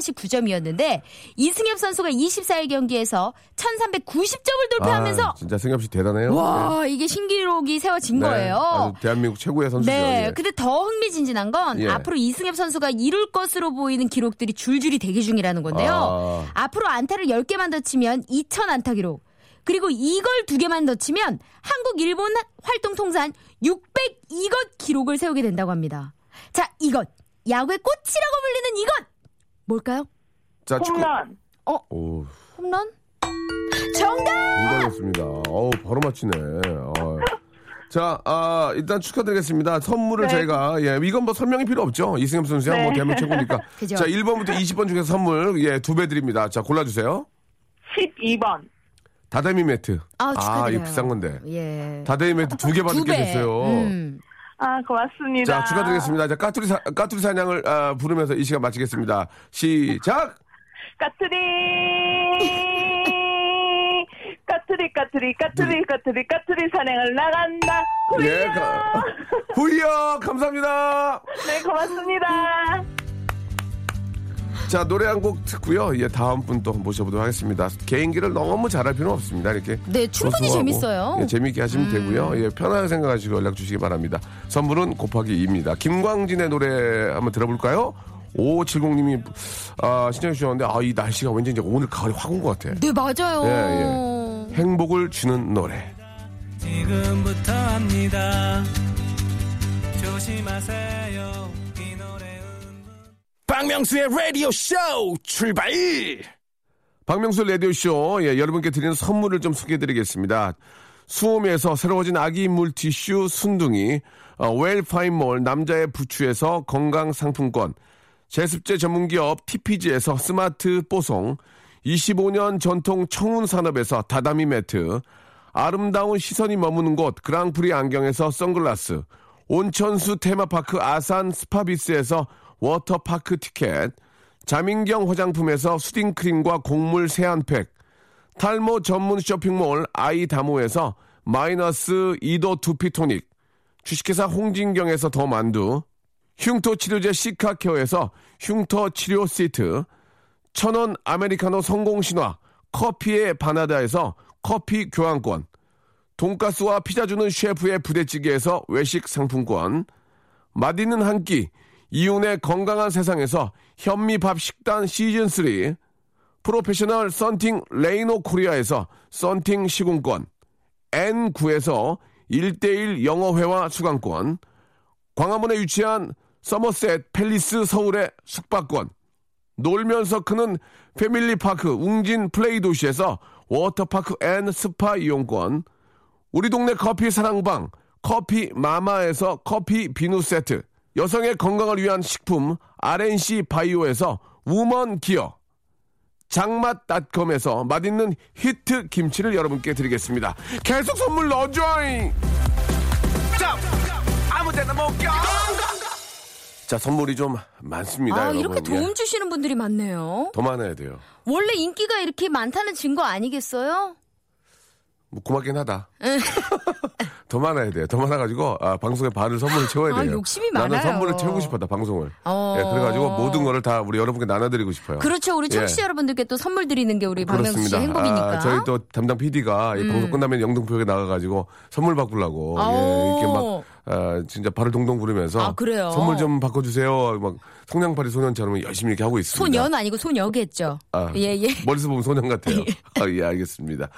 Speaker 4: 1389점이었는데 이승엽 선수가 24일 경기에서 1390점을 돌파하면서
Speaker 1: 아, 진짜 승엽 씨 대단해요.
Speaker 4: 와, 이게 신기록이 세워진
Speaker 1: 네.
Speaker 4: 거예요.
Speaker 1: 아주 대한민국 최고의 선수죠.
Speaker 4: 네,
Speaker 1: 예.
Speaker 4: 근데 더 흥미진진한 건
Speaker 1: 예.
Speaker 4: 앞으로 이승엽 선수가 이룰 것으로 보이는 기록들이 줄줄이 대기 중이라는
Speaker 1: 아,
Speaker 4: 건데요. 앞으로 안타를 10개만 더 치면 2000 안타 기록. 그리고 이걸 두 개만 더 치면 한국 일본 활동 통산 602것 기록을 세우게 된다고 합니다. 자, 이것. 야구의 꽃이라고 불리는 이것. 뭘까요?
Speaker 1: 자, 축구.
Speaker 2: 홈런.
Speaker 1: 오,
Speaker 4: 홈런? 정답!
Speaker 1: 공감했습니다. 어우, 바로 맞히네. 어. 자, 아, 일단 축하드리겠습니다. 선물을 저희가, 예, 이건 뭐 설명이 필요 없죠. 이승엽 선수야, 뭐 대한민국 최고니까.
Speaker 4: 그죠.
Speaker 1: 자, 1번부터 20번 중에서 선물, 예, 두 배 드립니다. 자, 골라주세요.
Speaker 2: 12번.
Speaker 1: 다다미 매트.
Speaker 4: 아, 축하드려요.
Speaker 1: 이거 비싼 건데.
Speaker 4: 예.
Speaker 1: 다다미 매트 두 개 받게
Speaker 4: 두 배.
Speaker 1: 됐어요.
Speaker 4: 음.
Speaker 2: 아, 고맙습니다.
Speaker 1: 자, 축하드리겠습니다. 자, 까투리, 사, 까투리 사냥을 아, 부르면서 이 시간 마치겠습니다. 시작!
Speaker 2: 까투리. 까투리, 까투리, 까투리, 까투리, 까투리 산행을 나간다. 훌륭.
Speaker 1: 네. 예, 가- 후이요! 감사합니다!
Speaker 2: 네, 고맙습니다.
Speaker 1: 자, 노래 한 곡 듣고요. 예, 다음 분 또 모셔보도록 하겠습니다. 개인기를 너무 잘할 필요는 없습니다. 이렇게.
Speaker 4: 네, 충분히
Speaker 1: 소소하고.
Speaker 4: 재밌어요. 음.
Speaker 1: 예, 재밌게 하시면 되고요. 예, 편하게 생각하시고 연락 주시기 바랍니다. 선물은 곱하기 2입니다. 김광진의 노래 한번 들어볼까요? 5570님이 아, 신청해 주셨는데, 아, 이 날씨가 왠지 이제 오늘 가을이 확 온 것 같아.
Speaker 4: 네, 맞아요.
Speaker 1: 예, 행복을 주는 노래.
Speaker 6: 지금부터 합니다. 조심하세요. 이 노래는
Speaker 3: 박명수의 라디오 쇼 출발!
Speaker 1: 박명수 라디오쇼, 예, 여러분께 드리는 선물을 좀 소개해드리겠습니다. 수홈에서 새로워진 아기 물티슈 순둥이, 어, 웰파인몰 남자의 부추에서 건강 상품권, 제습제 전문기업 TPG에서 스마트 뽀송, 25년 전통 청운산업에서 다다미 매트, 아름다운 시선이 머무는 곳 그랑프리 안경에서 선글라스, 온천수 테마파크 아산 스파비스에서 워터파크 티켓, 자민경 화장품에서 수딩크림과 곡물 세안팩, 탈모 전문 쇼핑몰 아이다모에서 마이너스 2도 두피토닉, 주식회사 홍진경에서 더 만두, 흉터 치료제 시카케어에서 흉터 치료 시트, 천원 아메리카노 성공신화 커피의 바나다에서 커피 교환권, 돈가스와 피자 주는 셰프의 부대찌개에서 외식 상품권, 맛있는 한 끼, 이윤의 건강한 세상에서 현미밥 식단 시즌3, 프로페셔널 썬팅 레이노 코리아에서 썬팅 시공권, N9에서 1대1 영어회화 수강권, 광화문에 위치한 서머셋 팰리스 서울의 숙박권, 놀면서 크는 패밀리파크 웅진 플레이 도시에서 워터파크 앤 스파 이용권, 우리 동네 커피 사랑방 커피 마마에서 커피 비누 세트 여성의 건강을 위한 식품 RNC 바이오에서 우먼 기어 장맛닷컴에서 맛있는 히트 김치를 여러분께 드리겠습니다. 계속 선물 넣어줘잉! 자, 선물이 좀 많습니다.
Speaker 4: 아,
Speaker 1: 여러분.
Speaker 4: 이렇게
Speaker 1: 예.
Speaker 4: 도움 주시는 분들이 많네요.
Speaker 1: 더 많아야 돼요.
Speaker 4: 원래 인기가 이렇게 많다는 증거 아니겠어요?
Speaker 1: 뭐 고맙긴 하다. 더 많아야 돼요. 더 많아가지고 아, 방송의 반을 선물을 채워야
Speaker 4: 아,
Speaker 1: 돼요.
Speaker 4: 욕심이
Speaker 1: 나는
Speaker 4: 많아요.
Speaker 1: 선물을 채우고 싶었다 방송을.
Speaker 4: 어.
Speaker 1: 예, 그래가지고 모든 거를 다 우리 여러분께 나눠드리고 싶어요.
Speaker 4: 그렇죠. 우리 청취자
Speaker 1: 예.
Speaker 4: 여러분들께 또 선물 드리는 게 우리 박명수
Speaker 1: 그렇습니다.
Speaker 4: 씨의 행복이니까. 음.
Speaker 1: 아, 저희 또 담당 PD가 방송 끝나면 영등포역에 나가가지고 선물 바꾸려고
Speaker 4: 아오.
Speaker 1: 예, 이렇게 막 아, 진짜 발을 동동 구르면서
Speaker 4: 아, 그래요?
Speaker 1: 선물 좀 바꿔주세요. 막 성냥팔이 소년처럼 열심히 이렇게 하고 있습니다.
Speaker 4: 소년 아니고 소녀겠죠.
Speaker 1: 아,
Speaker 4: 예, 예.
Speaker 1: 머리서 보면 소년 같아요. 아, 예, 알겠습니다.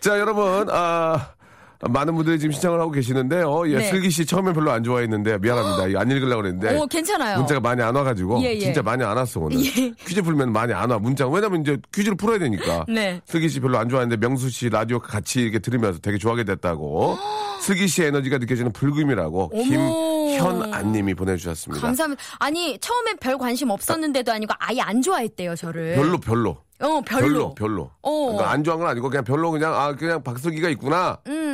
Speaker 1: 자, 여러분, 아, 많은 분들이 지금 신청을 하고 계시는데요. 예,
Speaker 4: 네.
Speaker 1: 슬기 씨 처음엔 별로 안 좋아했는데 미안합니다. 이거 안 읽으려고 그랬는데.
Speaker 4: 오, 괜찮아요.
Speaker 1: 네. 문자가 많이 안 와가지고
Speaker 4: 예, 예.
Speaker 1: 진짜 많이 안 왔어 오늘. 퀴즈 풀면 많이 안 와. 문자 왜냐면 이제 퀴즈를 풀어야 되니까.
Speaker 4: 네.
Speaker 1: 슬기 씨 별로 안 좋아하는데 명수 씨 라디오 같이 이렇게 들으면서 되게 좋아하게 됐다고. 슬기 씨의 에너지가 느껴지는 불금이라고 김현안님이 보내주셨습니다.
Speaker 4: 감사합니다. 아니, 처음엔 별 관심 없었는데도 아니고 아예 안 좋아했대요, 저를.
Speaker 1: 별로 별로.
Speaker 4: 어, 별로.
Speaker 1: 별로. 별로.
Speaker 4: 어.
Speaker 1: 그러니까 안 좋아한 건 아니고 그냥 별로 그냥 아 그냥 박슬기가 있구나.
Speaker 4: 음.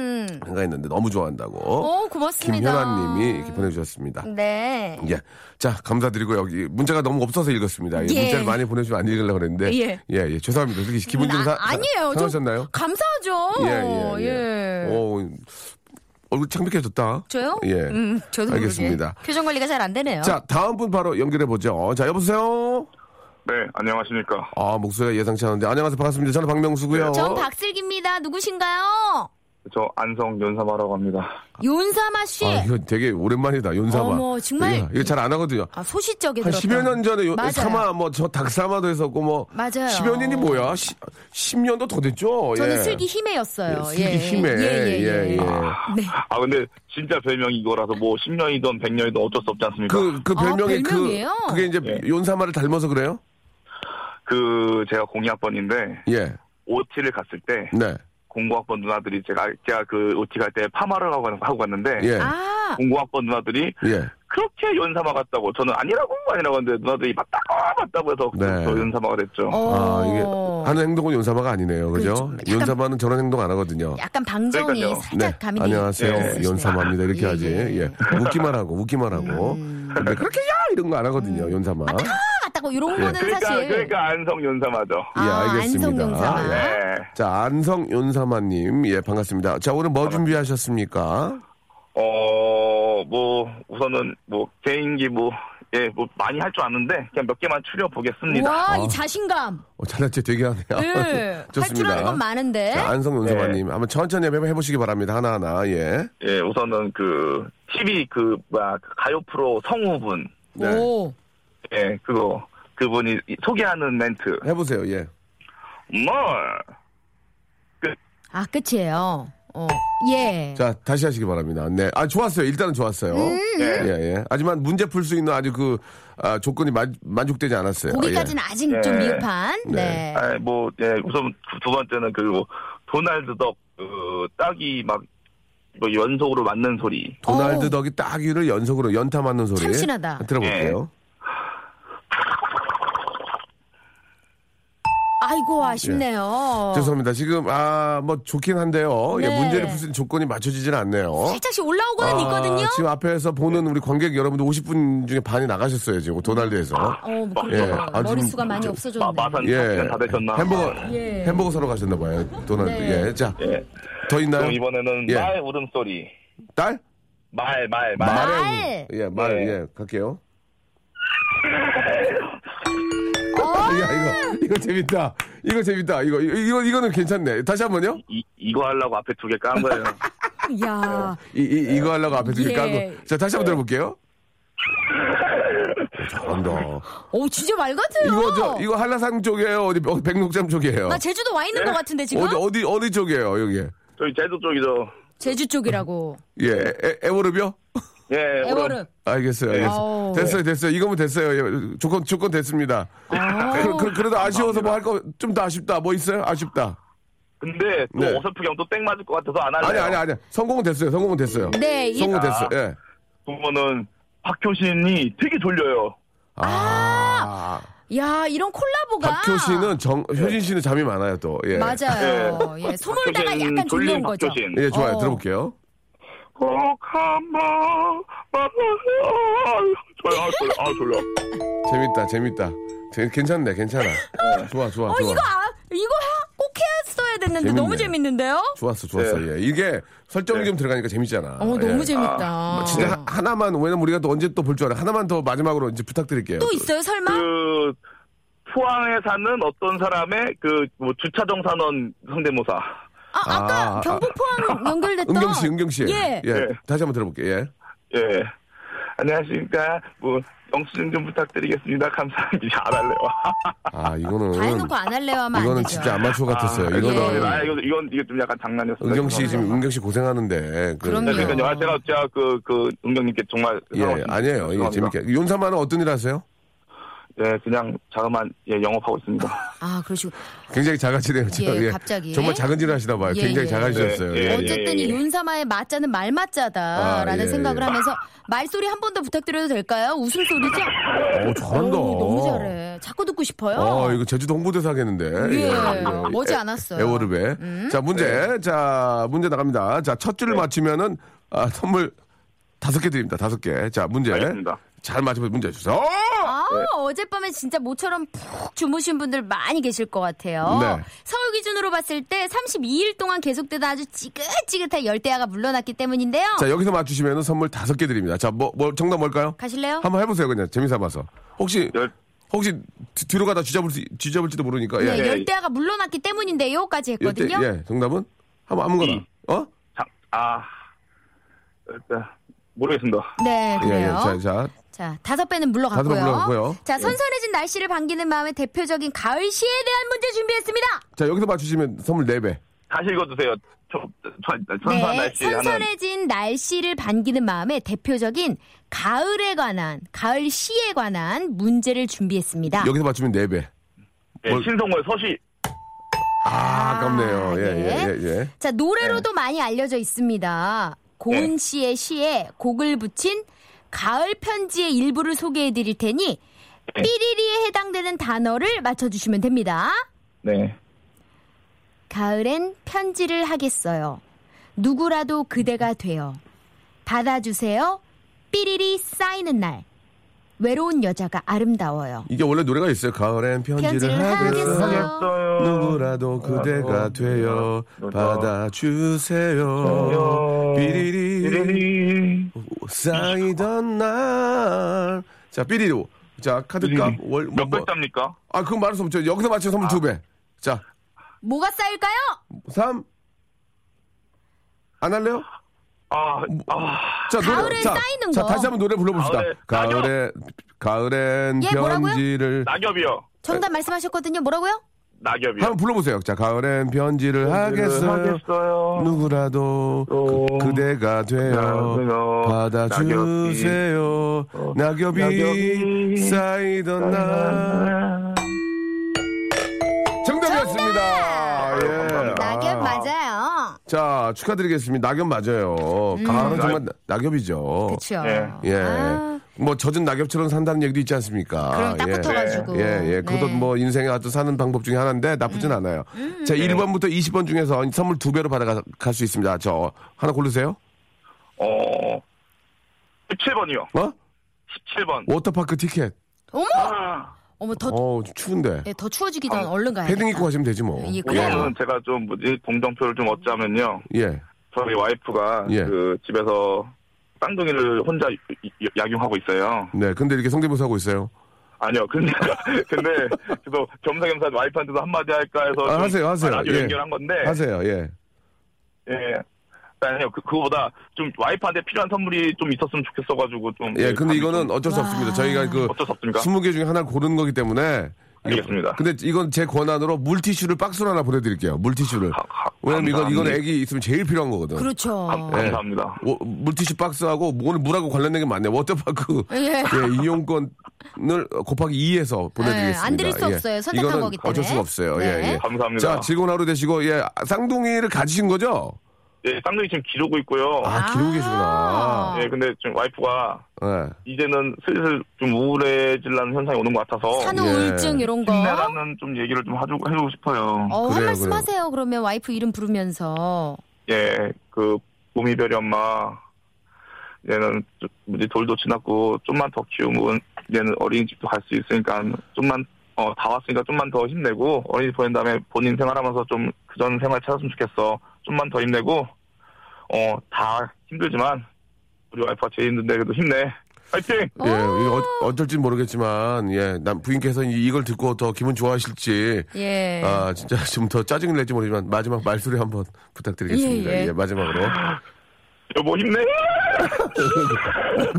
Speaker 1: 생각했는데 너무 좋아한다고.
Speaker 4: 어, 고맙습니다.
Speaker 1: 김현아님이 이렇게 보내주셨습니다.
Speaker 4: 네.
Speaker 1: 예. 자, 감사드리고 여기 문자가 너무 없어서 읽었습니다. 예,
Speaker 4: 예.
Speaker 1: 문자를 많이 보내주면 안 읽으려고 그랬는데.
Speaker 4: 예.
Speaker 1: 예, 예, 죄송합니다. 어떻게 기분 좀 사,
Speaker 4: 아, 아니에요. 좀 어,
Speaker 1: 상하셨나요?
Speaker 4: 감사하죠.
Speaker 1: 예, 예, 예. 오, 얼굴 창백해졌다.
Speaker 4: 저요?
Speaker 1: 예.
Speaker 4: 음, 저도
Speaker 1: 알겠습니다.
Speaker 4: 모르게. 표정 관리가 잘 안 되네요.
Speaker 1: 자, 다음 분 바로 연결해보죠. 어, 자, 여보세요?
Speaker 7: 네, 안녕하십니까.
Speaker 1: 아, 목소리가 예상치 않은데. 안녕하세요. 반갑습니다. 저는 박명수고요
Speaker 4: 전 박슬기입니다. 누구신가요?
Speaker 7: 저 안성 연삼하러 갑니다.
Speaker 4: 윤사마 씨.
Speaker 1: 아, 이거 되게 오랜만이다. 윤사마.
Speaker 4: 어머, 정말.
Speaker 1: 이거, 잘 안 하거든요.
Speaker 4: 아, 소시적에
Speaker 1: 한
Speaker 4: 들었다.
Speaker 1: 10여 년 전에 요,
Speaker 4: 맞아요.
Speaker 1: 사마, 뭐, 저 닭사마도 했었고, 뭐.
Speaker 4: 맞아요.
Speaker 1: 10여 년이 뭐야? 10, 년도더 됐죠?
Speaker 4: 저는
Speaker 1: 예.
Speaker 4: 슬기 힘에였어요.
Speaker 1: 슬기 힘에.
Speaker 4: 예, 예, 예.
Speaker 1: 예, 예.
Speaker 4: 네.
Speaker 7: 아, 근데 진짜 별명이 이거라서 뭐 10년이든 100년이든 어쩔 수 없지 않습니까? 그,
Speaker 1: 그, 그
Speaker 4: 아,
Speaker 1: 별명이
Speaker 4: 별명이에요?
Speaker 1: 그, 그게 이제
Speaker 7: 예.
Speaker 1: 윤사마를 닮아서 그래요?
Speaker 7: 그 제가 공이학번인데
Speaker 1: 예.
Speaker 7: OT를 갔을 때
Speaker 1: 네.
Speaker 7: 공고학번 누나들이 제가, 제가 그 OT 갈 때 파마를 하고, 가- 하고 갔는데
Speaker 1: 예.
Speaker 4: 아,
Speaker 7: 공고학번 누나들이
Speaker 1: 예.
Speaker 7: 그렇게 연삼아 같다고 저는 아니라고 아니라고 하는데 누나들이 맞다고 맞다고 해서 그
Speaker 1: 네.
Speaker 7: 저 연삼아가 됐죠.
Speaker 4: 어.
Speaker 1: 아, 이게 하는 행동은 윤사마가 아니네요. 그죠?
Speaker 4: 그렇죠. 약간-
Speaker 1: 윤사마는 저런 행동 안 하거든요.
Speaker 4: 약간 방정이
Speaker 7: 그러니까요.
Speaker 4: 살짝
Speaker 1: 네.
Speaker 4: 가미돼
Speaker 1: 안녕하세요.
Speaker 4: 있으시네요.
Speaker 1: 연삼아입니다. 이렇게
Speaker 4: 예,
Speaker 1: 하지.
Speaker 4: 예. 음.
Speaker 1: 예. 어? 웃기만 하고, 웃기만 하고. 근데 그렇게 야! 이런 거 안 하거든요. 연삼아.
Speaker 4: 아, 같다고 이런 거는
Speaker 7: 그러니까
Speaker 4: 사실.
Speaker 7: 그러니까 안성 연삼아죠.
Speaker 4: 아,
Speaker 1: 예, 알겠습니다.
Speaker 4: 안성 용사마.
Speaker 7: 네.
Speaker 1: 자, 안성 윤사마님. 예, 반갑습니다. 자, 오늘 뭐 준비하셨습니까?
Speaker 7: 어, 뭐, 우선은, 뭐, 개인기 뭐, 예, 뭐, 많이 할 줄 아는데, 그냥 몇 개만 추려보겠습니다.
Speaker 4: 와, 이 자신감.
Speaker 1: 어, 잘났지 되게 하네요.
Speaker 4: 네. 할 줄
Speaker 1: 좋습니다.
Speaker 4: 아는 건 네. 많은데.
Speaker 1: 자, 안성 윤사마님. 한번 천천히 한번 해보시기 바랍니다. 하나하나. 예.
Speaker 7: 예, 우선은 그, TV 그, 뭐야, 그 가요 프로 성우분.
Speaker 1: 네.
Speaker 4: 오.
Speaker 7: 예, 그거. 그분이 이- 소개하는 멘트.
Speaker 1: 해보세요. 예.
Speaker 7: 뭘!
Speaker 4: 아, 끝이에요. 어. 예.
Speaker 1: 자, 다시 하시기 바랍니다. 네. 아, 좋았어요. 일단은 좋았어요.
Speaker 4: 음.
Speaker 1: 예, 예. 하지만 문제 풀 수 있는 아주 그, 아, 조건이 만, 만족되지 않았어요.
Speaker 4: 거기까지는 아직 좀
Speaker 7: 네.
Speaker 4: 미흡한. 네.
Speaker 7: 아, 뭐, 예, 우선 두- 두 번째는 그, 뭐, 도날드 덕, 그, 딱이 막, 뭐, 연속으로 맞는 소리.
Speaker 1: 예. 도날드
Speaker 4: 어.
Speaker 1: 덕이 따귀를 연속으로 연타 맞는 소리.
Speaker 4: 참신하다.
Speaker 1: 들어볼게요.
Speaker 4: 아이고, 아쉽네요.
Speaker 1: 죄송합니다. 지금, 아, 뭐 좋긴 한데요. 예,
Speaker 4: 네.
Speaker 1: 문제를 풀 수 있는 조건이 맞춰지진 않네요.
Speaker 4: 살짝씩 올라오고는
Speaker 1: 아,
Speaker 4: 있거든요.
Speaker 1: 지금 앞에서 보는 우리 관객 여러분들 50분 중에 반이 나가셨어요. 지금 도날드에서.
Speaker 4: 어, 뭐
Speaker 1: 예.
Speaker 4: 그렇죠.
Speaker 1: 아, 지금
Speaker 4: 머릿수가 많이
Speaker 1: 저-
Speaker 7: 마,
Speaker 4: 없어졌네.
Speaker 7: 마산
Speaker 1: 예.
Speaker 7: 다 되셨나? 아,
Speaker 1: 햄버거,
Speaker 4: 예.
Speaker 1: 햄버거 사러 가셨나봐요. 도날드.
Speaker 4: 네.
Speaker 1: 예. 자,
Speaker 7: 예.
Speaker 1: 더 있나요?
Speaker 7: 그럼 이번에는
Speaker 1: 예.
Speaker 7: 말 울음소리.
Speaker 1: 딸?
Speaker 7: 말, 말, 말.
Speaker 1: 말의
Speaker 4: 말.
Speaker 1: 우- 예, 말,
Speaker 7: 네.
Speaker 1: 예, 갈게요.
Speaker 4: 어?
Speaker 1: 야, 이거, 이거 재밌다. 이거 재밌다. 이거, 이거, 이거, 이거는 괜찮네. 다시 한 번요?
Speaker 7: 이, 이거 하려고 앞에 두 개 깐 거예요.
Speaker 4: 야.
Speaker 1: 이, 이, 이거 하려고 앞에 두개
Speaker 4: 예.
Speaker 1: 까고. 자, 다시 한 번
Speaker 7: 네.
Speaker 1: 들어볼게요. 오, 잘한다.
Speaker 4: 오, 어, 진짜 말 같아요. 아,
Speaker 1: 이거, 저, 이거 한라산 쪽이에요? 어디, 어, 백록장 쪽이에요?
Speaker 4: 나 제주도 와 있는 것 같은데 지금
Speaker 1: 예? 어디, 어디, 어디 쪽이에요, 여기?
Speaker 7: 저희 제주 쪽이죠.
Speaker 4: 제주 쪽이라고.
Speaker 1: 예, 에, 에, 에워룹이요?
Speaker 7: 예,
Speaker 4: 에버름.
Speaker 1: 알겠어요, 알겠어요.
Speaker 4: 네. 아우.
Speaker 1: 됐어요, 됐어요. 이거면 됐어요. 예, 조건, 조건 됐습니다. 그, 그, 그래도 아쉬워서 뭐 할 거 좀 더 아쉽다. 뭐 있어요? 아쉽다.
Speaker 7: 근데 또
Speaker 1: 네.
Speaker 7: 어설프게 하면 또땡 맞을 것 같아서 네. 안
Speaker 1: 아니
Speaker 7: 할래요.
Speaker 1: 아니 아니 성공은 됐어요. 성공은 됐어요.
Speaker 4: 네, 이
Speaker 1: 성공 됐어요. 예.
Speaker 7: 부모는 박효신이 되게 졸려요.
Speaker 1: 아.
Speaker 4: 야, 이런 콜라보가
Speaker 1: 박효 씨는 정 효진 씨는 잠이 많아요 또. 예.
Speaker 4: 맞아요. 예, 소몰다가
Speaker 7: 박효신,
Speaker 4: 약간 졸려온
Speaker 7: 졸린
Speaker 4: 거죠.
Speaker 7: 박효신.
Speaker 1: 예, 좋아요.
Speaker 4: 어.
Speaker 1: 들어볼게요.
Speaker 7: 꼭 한번 만나요. 졸려, 아, 졸려, 아, 졸려.
Speaker 1: 재밌다, 재밌다. 재- 괜찮네, 괜찮아. 좋아, 좋아,
Speaker 4: 어,
Speaker 1: 좋아.
Speaker 4: 이거 아, 이거 하- 꼭 했어야 됐는데
Speaker 1: 재밌네.
Speaker 4: 너무 재밌는데요?
Speaker 1: 좋았어, 좋았어.
Speaker 7: 네.
Speaker 1: 예. 이게 설정이 좀 들어가니까 재밌잖아.
Speaker 4: 어,
Speaker 1: 예.
Speaker 4: 너무 재밌다.
Speaker 1: 진짜 하- 하나만 왜냐면 우리가 또 언제 또 볼 줄 알아. 하나만 더 마지막으로 이제 부탁드릴게요.
Speaker 4: 또 있어요, 설마?
Speaker 7: 그 포항에 사는 어떤 사람의 그 뭐 주차정 산원 성대모사.
Speaker 4: 아,
Speaker 1: 아,
Speaker 4: 아까
Speaker 1: 아.
Speaker 4: 경북 포항 연결됐던
Speaker 1: 은경 씨, 은경 씨.
Speaker 4: 예.
Speaker 7: 예.
Speaker 1: 다시 한번 들어볼게요. 예.
Speaker 7: 예. 안녕하십니까. 뭐 영수증 좀 부탁드리겠습니다. 감사합니다. 안 할래요.
Speaker 1: 아, 이거는
Speaker 4: 다 해놓고 안 할래요 하면
Speaker 1: 이거는
Speaker 4: 안 되죠.
Speaker 1: 진짜 아마추어 같았어요.
Speaker 7: 아,
Speaker 1: 이거는
Speaker 7: 죄송합니다. 아, 이거, 이건, 이거 좀 약간 장난이었어요.
Speaker 1: 은경 씨 지금 은경 씨 고생하는데 그-
Speaker 4: 그럼요.
Speaker 7: 네, 그러니까 요 제가, 제가 그, 그, 은경님께 정말.
Speaker 1: 예,
Speaker 7: 사랑을
Speaker 1: 아니에요. 예,
Speaker 7: 죄송합니다.
Speaker 1: 재밌게. 윤사마는 어떤 일 하세요?
Speaker 7: 예, 그냥 자그만 예, 영업하고 있습니다.
Speaker 4: 아, 그러시고.
Speaker 1: 굉장히 작아지네요. 지금.
Speaker 4: 예, 갑자기.
Speaker 1: 정말 작은 일을 하시다 봐요.
Speaker 4: 예,
Speaker 1: 굉장히
Speaker 4: 예.
Speaker 1: 작아지셨어요.
Speaker 7: 예, 예.
Speaker 4: 어쨌든 이 윤사마의 맞자는 말 맞자다라는
Speaker 1: 아, 예,
Speaker 4: 생각을
Speaker 1: 예.
Speaker 4: 하면서 말소리 한 번 더 부탁드려도 될까요? 웃음소리죠?
Speaker 7: 네.
Speaker 1: 오, 잘한다.
Speaker 4: 어우, 너무 잘해. 자꾸 듣고 싶어요.
Speaker 1: 아, 이거 제주도 홍보대사 하겠는데.
Speaker 4: 예,
Speaker 1: 예.
Speaker 4: 머지 않았어요. 음.
Speaker 1: 에워르베. 자, 문제.
Speaker 7: 네.
Speaker 1: 자, 문제 나갑니다. 자, 첫 줄을 맞추면은, 아, 선물 다섯 개 드립니다. 다섯 개. 자, 문제.
Speaker 7: 알겠습니다.
Speaker 1: 잘 맞춰서 문제 주세요.
Speaker 4: 아,
Speaker 1: 예.
Speaker 4: 어젯밤에 진짜 모처럼 푹 주무신 분들 많이 계실 것 같아요.
Speaker 1: 네.
Speaker 4: 서울 기준으로 봤을 때 32일 동안 계속되다 아주 지긋지긋한 열대야가 물러났기 때문인데요.
Speaker 1: 자, 여기서 맞추시면은 선물 다섯 개 드립니다. 자, 뭐, 뭐, 정답 뭘까요?
Speaker 4: 가실래요?
Speaker 1: 한번 해보세요, 그냥. 재미삼아서. 혹시,
Speaker 7: 열-
Speaker 1: 혹시 뒤- 뒤로 가다 뒤잡을, 수- 뒤잡을지도 모르니까.
Speaker 4: 네,
Speaker 1: 예.
Speaker 4: 열대야가 물러났기 때문인데요까지
Speaker 1: 열대-
Speaker 4: 했거든요. 네.
Speaker 1: 예, 정답은? 한번 아무거나. 어?
Speaker 7: 자, 아, 일단 모르겠습니다.
Speaker 4: 네,
Speaker 1: 예, 예.
Speaker 4: 그래요.
Speaker 1: 자, 자.
Speaker 4: 자, 다섯 배는
Speaker 1: 다섯
Speaker 4: 물러갔고요.
Speaker 1: 배 물러갔고요. 예.
Speaker 4: 자, 선선해진 날씨를 반기는 마음에 대표적인 가을 시에 대한 문제 준비했습니다.
Speaker 1: 자, 여기서 맞추시면 선물 네배
Speaker 7: 다시 읽어주세요. 저, 저, 천사 아, 날씨 하는
Speaker 4: 네. 선선해진 날씨를 반기는 마음에 대표적인 가을에 관한, 가을 시에 관한 문제를 준비했습니다.
Speaker 1: 여기서 맞추면 네배
Speaker 7: 예,
Speaker 1: 뭘-
Speaker 7: 신성월 서시
Speaker 1: 아, 아깝네요. 예,
Speaker 4: 네.
Speaker 1: 예, 예, 예. 예.
Speaker 4: 자, 노래로도 많이 알려져 있습니다. 고은 씨의 시에 곡을 붙인 가을 편지의 일부를 소개해 드릴 테니
Speaker 1: 예.
Speaker 4: 삐리리에 해당되는 단어를 맞춰 주시면 됩니다.
Speaker 7: 네.
Speaker 4: 가을엔 편지를 하겠어요. 누구라도 그대가 돼요. 받아주세요. 삐리리 쌓이는 날. 외로운 여자가 아름다워요.
Speaker 1: 이게 원래 노래가 있어요. 가을엔 편지를,
Speaker 4: 편지를
Speaker 1: 하겠어요.
Speaker 4: 하겠어요.
Speaker 1: 누구라도 그대가 되어 받아주세요. 삐리리 쌓이던 날. 자, 삐리리. 자, 카드값 월, 뭐,
Speaker 7: 몇
Speaker 1: 뭐.
Speaker 7: 글자입니까?
Speaker 1: 아, 그건 말할 수 없죠. 여기서 맞춰 선물 두 배. 자,
Speaker 4: 뭐가 쌓일까요?
Speaker 1: 삼. 안 할래요?
Speaker 7: 아,
Speaker 1: 뭐?
Speaker 7: 아,
Speaker 1: 자, 노래,
Speaker 4: 가을에
Speaker 1: 자,
Speaker 4: 쌓이는
Speaker 1: 자,
Speaker 4: 거.
Speaker 1: 다시 한번 노래 불러봅시다.
Speaker 7: 가을에-
Speaker 1: 가을에, 가을엔
Speaker 4: 예, 뭐라고요?
Speaker 1: 편지를.
Speaker 7: 낙엽이요.
Speaker 4: 정답 말씀하셨거든요. 뭐라고요?
Speaker 7: 낙엽이요.
Speaker 1: 한번 불러보세요. 자, 가을엔 편지를 하겠어요. 누구라도
Speaker 7: 또
Speaker 1: 그, 대가 되어
Speaker 7: 되어
Speaker 1: 받아주세요. 어. 낙엽이,
Speaker 7: 낙엽이
Speaker 1: 쌓이던 날. 정답이었습니다. 예.
Speaker 4: 낙엽
Speaker 1: 아.
Speaker 4: 맞아요.
Speaker 1: 자, 축하드리겠습니다. 낙엽 맞아요. 가을은 정말 나- 낙엽이죠.
Speaker 4: 음. 그렇죠.
Speaker 7: 예.
Speaker 1: 예.
Speaker 4: 아,
Speaker 1: 뭐 젖은 낙엽처럼 산다는 얘기도 있지 않습니까?
Speaker 4: 그럼 딱
Speaker 1: 예.
Speaker 4: 붙어가지고.
Speaker 1: 예, 예. 그것도
Speaker 4: 네. 음.
Speaker 1: 뭐 인생의 어떤 사는 방법 중에 하나인데 나쁘진 않아요. 자, 1번부터 20번 중에서 선물 두 배로 받아갈 수 있습니다. 저 하나 고르세요.
Speaker 7: 어, 17번이요.
Speaker 1: 어?
Speaker 7: 17번.
Speaker 1: 워터파크 티켓.
Speaker 4: 어머!
Speaker 7: 아,
Speaker 4: 어머, 더,
Speaker 1: 어, 추운데.
Speaker 4: 예, 더 추워지기 전에 얼른 가야
Speaker 1: 아, 패딩
Speaker 4: 돼.
Speaker 1: 입고 가시면 되지 뭐.
Speaker 4: 예, 그래요.
Speaker 7: 오늘은 제가 좀 뭐지 동정표를 좀 얻자면요.
Speaker 1: 예.
Speaker 7: 저희 와이프가
Speaker 1: 예.
Speaker 7: 그 집에서 쌍둥이를 혼자 이- 이- 약용하고 있어요.
Speaker 1: 네. 근데 이렇게 성대모사 하고 있어요.
Speaker 7: 아니요. 근데 근데 그래서 겸사겸사 와이프한테도 한마디 할까 해서
Speaker 1: 아,
Speaker 7: 좀
Speaker 1: 하세요, 하세요.
Speaker 7: 라디오
Speaker 1: 예.
Speaker 7: 연결한 건데
Speaker 1: 하세요. 예.
Speaker 7: 예. 아니요, 그, 그거보다 좀 와이프한테 필요한 선물이 좀 있었으면 좋겠어가지고 좀.
Speaker 1: 예. 근데
Speaker 7: 감이
Speaker 1: 이거는
Speaker 7: 좀
Speaker 1: 어쩔 수 없습니다. 저희가 그
Speaker 7: 네, 아, 어쩔 수 없습니까?
Speaker 1: 20개 중에 하나를 고르는 거기 때문에 이거-
Speaker 7: 알겠습니다.
Speaker 1: 근데 이건 제 권한으로 물티슈를 박스로 하나 보내드릴게요. 물티슈를.
Speaker 7: 가- 가-
Speaker 1: 아, 왜냐면 이건, 이건
Speaker 7: 아, 감사합니다.
Speaker 1: 애기 있으면 제일 필요한 거거든.
Speaker 4: 그렇죠.
Speaker 7: 아,
Speaker 1: 어.
Speaker 7: 감-
Speaker 1: 아,
Speaker 7: 감사합니다.
Speaker 1: 워- 물티슈 박스하고 뭐 오늘 물하고 관련된 게 많네요. 워터파크
Speaker 4: 예.
Speaker 1: 예, 이용권을 곱하기 2에서 보내드리겠습니다.
Speaker 4: 예, 안 드릴 수
Speaker 1: 예.
Speaker 4: 없어요. 선택한
Speaker 1: 이거는
Speaker 4: 거기 때문에.
Speaker 1: 어쩔 수가 없어요.
Speaker 4: 네.
Speaker 1: 예, 예.
Speaker 7: 감사합니다.
Speaker 1: 자, 즐거운 하루 되시고 예, 아, 쌍둥이를 가지신 거죠?
Speaker 7: 예, 쌍둥이 지금 기르고 있고요.
Speaker 1: 아, 기르고 계시구나.
Speaker 7: 예, 근데 지금 와이프가
Speaker 1: 예.
Speaker 7: 이제는 슬슬 좀 우울해질라는 현상이 오는 것 같아서.
Speaker 4: 산후
Speaker 1: 예.
Speaker 4: 우울증 이런 거.
Speaker 7: 힘내라는 좀 얘기를 좀 하주, 해주고 싶어요.
Speaker 4: 어, 한
Speaker 1: 그래요,
Speaker 4: 말씀
Speaker 1: 그래요.
Speaker 4: 하세요. 그러면 와이프 이름 부르면서.
Speaker 7: 예, 그, 봄이별이 엄마. 얘는 좀 뭐지 돌도 지났고 좀만 더 키우면 얘는 어린이집도 갈 수 있으니까 좀만 어, 다 왔으니까 좀만 더 힘내고 어린이 보낸 다음에 본인 생활하면서 좀 그전 생활 찾았으면 좋겠어 좀만 더 힘내고 어다 힘들지만 우리 와이프가 제일 힘든데 그래도 힘내 파이팅
Speaker 1: 예,
Speaker 4: 아.
Speaker 1: 이거 어, 어쩔진 모르겠지만 예, 남 부인께서 이- 이걸 듣고 더 기분 좋아하실지
Speaker 4: 예.
Speaker 1: 아, 진짜 좀 더 짜증을 낼지 모르지만 마지막 말소리 한번 부탁드리겠습니다.
Speaker 4: 예, 예.
Speaker 1: 예, 마지막으로.
Speaker 7: 여보 힘내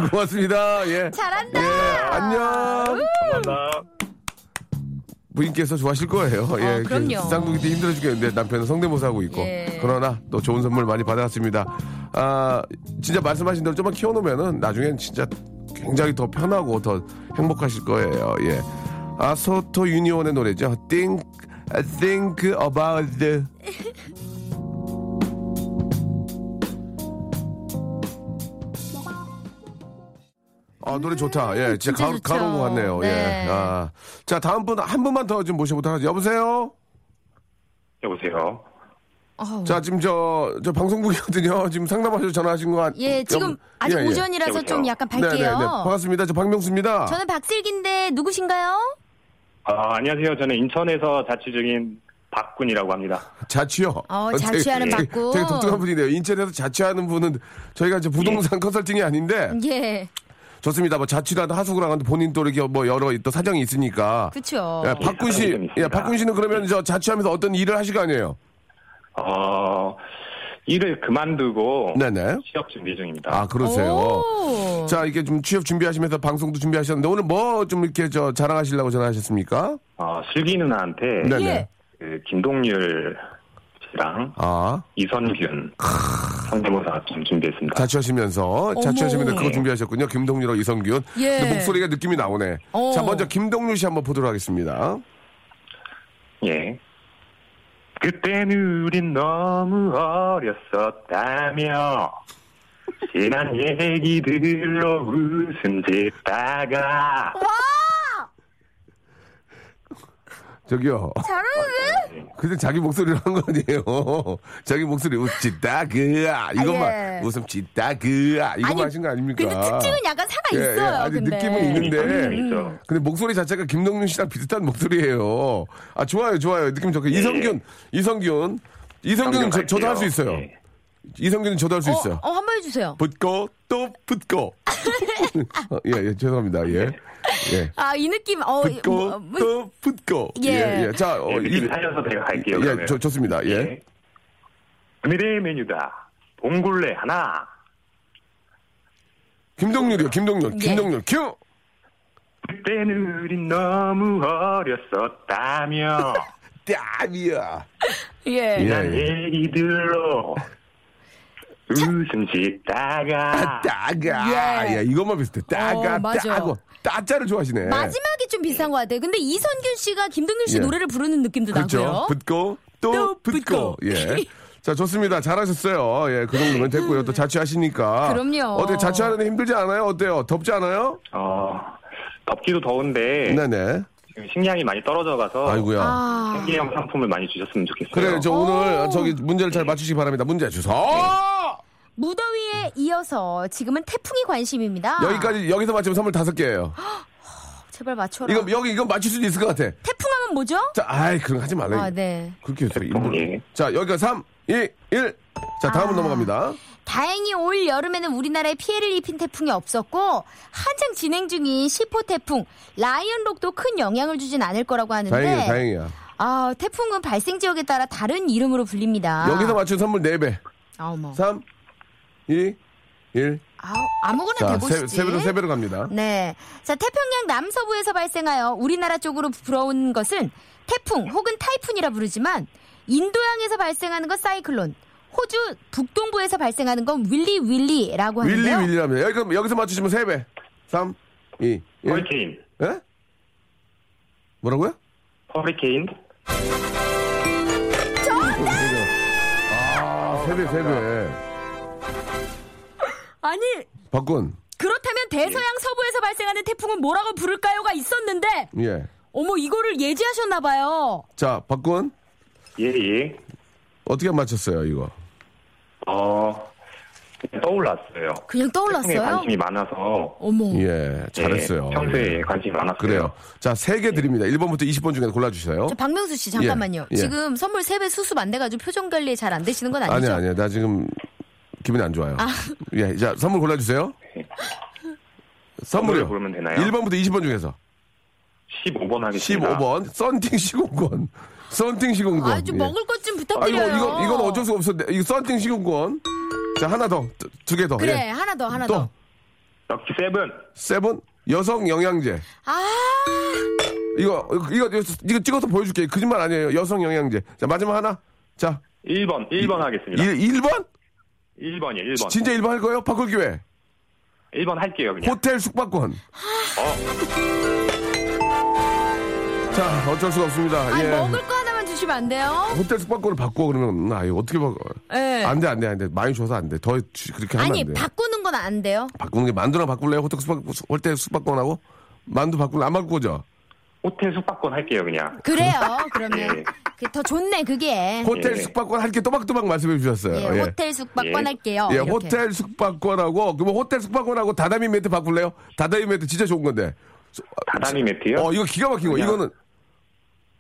Speaker 1: 고맙습니다. 예.
Speaker 4: 잘한다.
Speaker 1: 예, 안녕.
Speaker 7: 감사합니다.
Speaker 1: 부인께서 좋아하실 거예요. 예,
Speaker 4: 그럼요.
Speaker 1: 그 쌍둥이 때 힘들어 죽겠는데 남편은 성대모사하고 있고.
Speaker 4: 예.
Speaker 1: 그러나 또 좋은 선물 많이 받아왔습니다. 아, 진짜 말씀하신 대로 좀만 키워놓으면은 나중엔 진짜 굉장히 더 편하고 더 행복하실 거예요. 예. 아, 소토 유니온의 노래죠. Think, think about. the- 아, 노래 좋다. 예, 진짜
Speaker 4: 진짜
Speaker 1: 가을,
Speaker 4: 좋죠.
Speaker 1: 가을 온것 같네요.
Speaker 4: 네.
Speaker 1: 예. 아. 자, 다음 분, 한 분만 더 좀 모셔보도록 하죠. 여보세요?
Speaker 7: 여보세요.
Speaker 4: 어우.
Speaker 1: 자, 지금 저, 저 방송국이거든요. 지금 상담하셔서 전화하신 거. 같-
Speaker 4: 예, 지금
Speaker 1: 여-
Speaker 4: 아직
Speaker 1: 예, 예.
Speaker 4: 오전이라서
Speaker 7: 여보세요?
Speaker 4: 좀 약간 밝게요.
Speaker 1: 네네네. 반갑습니다. 저 박명수입니다.
Speaker 4: 저는 박슬기인데 누구신가요?
Speaker 7: 아, 안녕하세요. 저는 인천에서 자취 중인 박군이라고 합니다.
Speaker 1: 자취요.
Speaker 4: 어, 자취하는
Speaker 1: 되게,
Speaker 4: 바꾸.
Speaker 1: 되게 독특한 분이네요. 인천에서 자취하는 분은 저희가 이제 부동산
Speaker 4: 네.
Speaker 1: 컨설팅이 아닌데
Speaker 4: 예,
Speaker 1: 좋습니다. 뭐 자취라도 하숙을 하는데 본인 또 이렇게 뭐 여러 또 사정이 있으니까.
Speaker 4: 그쵸.
Speaker 1: 예, 박군 씨,
Speaker 7: 사정이 좀 있습니다.
Speaker 1: 예, 박군 씨는 그러면 저 자취하면서 어떤 일을 하실 거 아니에요?
Speaker 7: 어, 일을 그만두고
Speaker 1: 네네.
Speaker 7: 취업 준비 중입니다.
Speaker 1: 아 그러세요.
Speaker 4: 오.
Speaker 1: 자 이렇게 좀 취업 준비하시면서 방송도 준비하셨는데 오늘 뭐 좀 이렇게 저 자랑하시려고 전화하셨습니까?
Speaker 7: 어, 슬기 누나한테
Speaker 1: 네네.
Speaker 4: 예.
Speaker 7: 그 김동률 씨랑
Speaker 1: 아
Speaker 7: 이선균 성대모사 좀 준비했습니다.
Speaker 1: 자취하시면서 자취하시면서 그거 준비하셨군요. 김동률하고 이성균.
Speaker 4: 예.
Speaker 1: 근데 목소리가 느낌이 나오네.
Speaker 4: 어.
Speaker 1: 자 먼저 김동률 씨 한번 보도록 하겠습니다.
Speaker 7: 예. 그때는 우린 너무 어렸었다며 지난 얘기들로 웃음 짓다가
Speaker 1: 저기요. 잘하는데? 근데 자기 목소리로 한 거 아니에요. 자기 목소리 웃짓다 그아 이것만
Speaker 4: 아, 예.
Speaker 1: 웃음 짓다 그아 이것만
Speaker 4: 아니,
Speaker 1: 하신 거 아닙니까?
Speaker 4: 근데 특징은 약간 사가
Speaker 1: 예,
Speaker 4: 있어요.
Speaker 1: 예. 아니,
Speaker 4: 근데. 음,
Speaker 1: 느낌은 있는데.
Speaker 7: 있죠.
Speaker 1: 근데 목소리 자체가 김동윤 씨랑 비슷한 목소리예요. 아 좋아요, 좋아요. 느낌 좋고
Speaker 4: 예.
Speaker 1: 이성균, 이성균, 이성균은 음. 저, 저도
Speaker 7: 갈게요.
Speaker 1: 할 수 있어요.
Speaker 7: 예.
Speaker 1: 이성균은 저도 할 수
Speaker 4: 어,
Speaker 1: 있어요.
Speaker 4: 어, 한번 해주세요.
Speaker 1: 붙고 또 붙고. 어, 예, 예, 죄송합니다. 예, 예.
Speaker 4: 아, 이 느낌, 어,
Speaker 1: 붙고
Speaker 4: 뭐, 뭐,
Speaker 1: 또 붙고.
Speaker 4: 예. 아,
Speaker 1: 예, 예. 자, 어,
Speaker 7: 예, 느낌
Speaker 1: 이-
Speaker 7: 살려서 제가 갈게요.
Speaker 1: 예, 좋- 좋습니다. 예.
Speaker 7: 오늘의 네. 메뉴다. 봉골레 하나.
Speaker 1: 김동률이요, 김동률,
Speaker 4: 예.
Speaker 1: 김동률, 큐!
Speaker 7: 그때는 우린 너무 어렸었다며
Speaker 1: 땀이야.
Speaker 4: 예.
Speaker 7: 지난 얘기들로 웃음 짓다가
Speaker 1: 따가.
Speaker 4: 예.
Speaker 1: 야, 이것만 비슷해. 따가,
Speaker 4: 어, 맞아.
Speaker 1: 따고. 따자를 좋아하시네.
Speaker 4: 마지막이 좀 비슷한 것 같아요. 근데 이선균 씨가 김동률 씨
Speaker 1: 예.
Speaker 4: 노래를 부르는 느낌도
Speaker 1: 그렇죠.
Speaker 4: 나고요.
Speaker 1: 붙고, 또,
Speaker 4: 또
Speaker 1: 붙고.
Speaker 4: 붙고.
Speaker 1: 예. 자, 좋습니다. 잘하셨어요. 예, 그 정도면 됐고요. 또 자취하시니까.
Speaker 4: 그럼요.
Speaker 1: 어때, 자취하는데 힘들지 않아요? 어때요? 덥지 않아요?
Speaker 7: 어, 덥기도 더운데
Speaker 1: 네네.
Speaker 7: 지금 식량이 많이 예. 떨어져가서
Speaker 1: 아이고야.
Speaker 4: 아,
Speaker 7: 생계형 상품을 많이 주셨으면 좋겠어요.
Speaker 1: 그래, 저 오늘 저기 문제를 잘 맞추시기 바랍니다. 문제 주소.
Speaker 4: 예. 무더위에 이어서 지금은 태풍이 관심입니다.
Speaker 1: 여기까지, 여기서 맞추면 선물 다섯 개예요
Speaker 4: 아. 제발 맞춰라.
Speaker 1: 이거, 여기, 이건 맞출 수도 있을 것 같아.
Speaker 4: 태풍하면 뭐죠?
Speaker 1: 자, 아이, 그런 거 하지 말래.
Speaker 4: 아, 네.
Speaker 1: 그렇게 해서 일부러.
Speaker 7: 예.
Speaker 1: 자, 여기가 3, 2, 1. 자,
Speaker 4: 아,
Speaker 1: 다음은 넘어갑니다.
Speaker 4: 다행히 올 여름에는 우리나라에 피해를 입힌 태풍이 없었고 한창 진행 중인 10호 태풍 라이언록도 큰 영향을 주진 않을 거라고 하는데
Speaker 1: 다행이야, 다행이야.
Speaker 4: 아, 태풍은 발생 지역에 따라 다른 이름으로 불립니다.
Speaker 1: 여기서 맞춘 선물 4배.
Speaker 4: 아우 뭐.
Speaker 1: 3, 2, 1.
Speaker 4: 아우, 아무거나
Speaker 1: 자, 세,
Speaker 4: 대보시지.
Speaker 1: 세배로, 세배로 갑니다.
Speaker 4: 네. 자, 태평양 남서부에서 발생하여 우리나라 쪽으로 불어온 것은 태풍 혹은 타이푼이라 부르지만 인도양에서 발생하는 건 사이클론, 호주 북동부에서 발생하는 건 윌리 윌리라고
Speaker 1: 윌리,
Speaker 4: 뭐 하는데요.
Speaker 1: 윌리랍니다. 여기, 여기서 맞추시면 3배. 3, 2, 1.
Speaker 7: 허리케인.
Speaker 1: 예? 뭐라고요?
Speaker 7: 허리케인.
Speaker 1: 아, 세배, 세배.
Speaker 4: 아니,
Speaker 1: 박군.
Speaker 4: 그렇다면 대서양 서부에서 발생하는 태풍은 뭐라고 부를까요가 있었는데
Speaker 1: 예.
Speaker 4: 어머 이거를 예지하셨나 봐요.
Speaker 1: 자, 박군.
Speaker 7: 예, 예.
Speaker 1: 어떻게 맞췄어요, 이거?
Speaker 7: 어, 그냥 떠올랐어요.
Speaker 4: 그냥
Speaker 7: 태풍에
Speaker 4: 떠올랐어요.
Speaker 7: 관심이 많아서.
Speaker 4: 어머.
Speaker 1: 예, 잘했어요.
Speaker 7: 예, 평소에 관심이 많았어요.
Speaker 1: 그래요. 자, 세 개 드립니다. 1번부터 20번 중에 골라주세요.
Speaker 4: 저 박명수 씨 잠깐만요.
Speaker 1: 예, 예.
Speaker 4: 지금 선물 세배 수습 안 돼가지고 표정 관리 잘 안 되시는 건 아니죠?
Speaker 1: 아니야, 아니야. 나 지금 기분이 안 좋아요. 예, 자, 선물 골라주세요. 선물이요.
Speaker 7: 선물을 고르면 되나요?
Speaker 1: 1번부터 20번 중에서.
Speaker 7: 15번 하겠습니다.
Speaker 1: 15번, 썬팅 시공권. 썬팅 시공권.
Speaker 4: 아좀
Speaker 1: 예.
Speaker 4: 먹을 것 좀
Speaker 1: 아, 이거,
Speaker 4: 부탁드려요.
Speaker 1: 이거, 이건 어쩔 수 없어. 이거 썬팅 시공권. 자, 하나 더. 두 개 더.
Speaker 4: 그래
Speaker 1: 예.
Speaker 4: 하나 더 하나
Speaker 1: 또.
Speaker 4: 더.
Speaker 7: 럭키 세븐.
Speaker 1: 세븐, 여성 영양제.
Speaker 4: 아
Speaker 1: 이거, 이거, 이거, 이거 찍어서 보여줄게. 거짓말 아니에요. 여성 영양제. 자, 마지막 하나. 자,
Speaker 7: 1번, 1번 하겠습니다.
Speaker 1: 1, 번
Speaker 7: 1번이요, 1번.
Speaker 1: 진짜 1번 할 거예요? 바꿀 기회.
Speaker 4: 어.
Speaker 7: 1번 할게요, 그냥.
Speaker 1: 호텔 숙박권. 자, 어쩔 수가 없습니다.
Speaker 4: 아니
Speaker 1: 예.
Speaker 4: 먹을 거 하나만 주시면 안 돼요?
Speaker 1: 호텔 숙박권을 바꿔 그러면 아이 어떻게 바꿔?
Speaker 4: 예.
Speaker 1: 안 돼, 안 돼, 안 돼. 많이 줘서 안 돼. 더 주- 그렇게 예, 하면
Speaker 4: 아니
Speaker 1: 안 돼.
Speaker 4: 바꾸는 건 안 돼요.
Speaker 1: 바꾸는 게 만두랑 바꿀래요? 호텔 숙박 호텔 숙박권하고 만두 바꿀래? 안 바꿀 거죠?
Speaker 8: 호텔 숙박권 할게요 그냥.
Speaker 4: 그래요. 그러면 그게 더 좋네 그게.
Speaker 1: 예. 호텔
Speaker 8: 예.
Speaker 1: 숙박권 할게 또박또박 말씀해 주셨어요.
Speaker 4: 예,
Speaker 1: 예.
Speaker 4: 호텔 숙박권
Speaker 8: 예.
Speaker 4: 할게요.
Speaker 1: 예,
Speaker 4: 이렇게.
Speaker 1: 호텔 숙박권하고 그럼 뭐 호텔 숙박권하고 다다미 매트 바꿀래요? 다다미 매트 진짜 좋은 건데.
Speaker 8: 다다미
Speaker 7: 예?
Speaker 8: 매트요?
Speaker 1: 어, 이거 기가 막힌 거.
Speaker 8: 그냥
Speaker 1: 이거는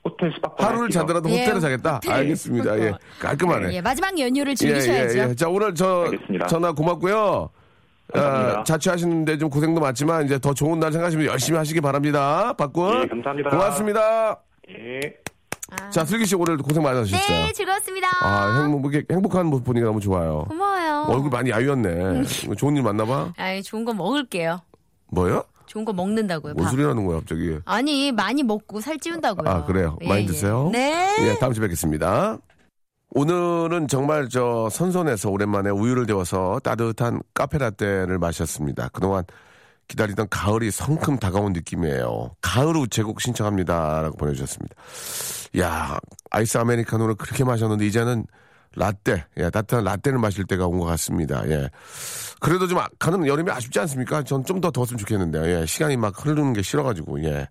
Speaker 8: 호텔
Speaker 7: 어,
Speaker 8: 숙박권.
Speaker 1: 하루를
Speaker 8: 할게요.
Speaker 1: 자더라도
Speaker 4: 예,
Speaker 1: 호텔을 자겠다.
Speaker 4: 호텔
Speaker 1: 알겠습니다. 예,
Speaker 4: 숙박권.
Speaker 1: 깔끔하네.
Speaker 4: 예, 마지막 연휴를
Speaker 1: 예,
Speaker 4: 즐기셔야죠.
Speaker 1: 예, 예. 자, 오늘 저
Speaker 8: 알겠습니다.
Speaker 1: 전화 고맙고요.
Speaker 8: 감사합니다.
Speaker 1: 어, 자취하시는데 좀 고생도 많지만 이제 더 좋은 날 생각하시면 열심히 하시기 바랍니다. 박군.
Speaker 8: 예, 감사합니다.
Speaker 1: 고맙습니다.
Speaker 8: 예.
Speaker 1: 자, 슬기 씨 오늘 고생 많으셨어요.
Speaker 4: 네, 즐거웠습니다.
Speaker 1: 아, 행복, 이렇게 행복한 모습 보니까 너무 좋아요.
Speaker 4: 고마워요.
Speaker 1: 얼굴 많이 야유었네. 좋은 일 맞나 봐?
Speaker 4: 아이, 좋은 거 먹을게요.
Speaker 1: 뭐요?
Speaker 4: 좋은 거 먹는다고요.
Speaker 1: 뭔
Speaker 4: 밥.
Speaker 1: 소리라는 거야, 갑자기.
Speaker 4: 아니, 많이 먹고 살 찌운다고요.
Speaker 1: 아, 그래요?
Speaker 4: 예,
Speaker 1: 많이
Speaker 4: 예.
Speaker 1: 드세요?
Speaker 4: 네.
Speaker 1: 예, 다음 주에 뵙겠습니다. 오늘은 정말 저 선선해서 오랜만에 우유를 데워서 따뜻한 카페라떼를 마셨습니다. 그동안 기다리던 가을이 성큼 다가온 느낌이에요. 가을 우체국 신청합니다라고 보내주셨습니다. 야 아이스 아메리카노를 그렇게 마셨는데 이제는 라떼, 예, 따뜻한 라떼를 마실 때가 온 것 같습니다. 예. 그래도 좀 아- 가는 여름이 아쉽지 않습니까? 전 좀 더 더웠으면 좋겠는데요. 예, 시간이 막 흐르는 게 싫어가지고, 예.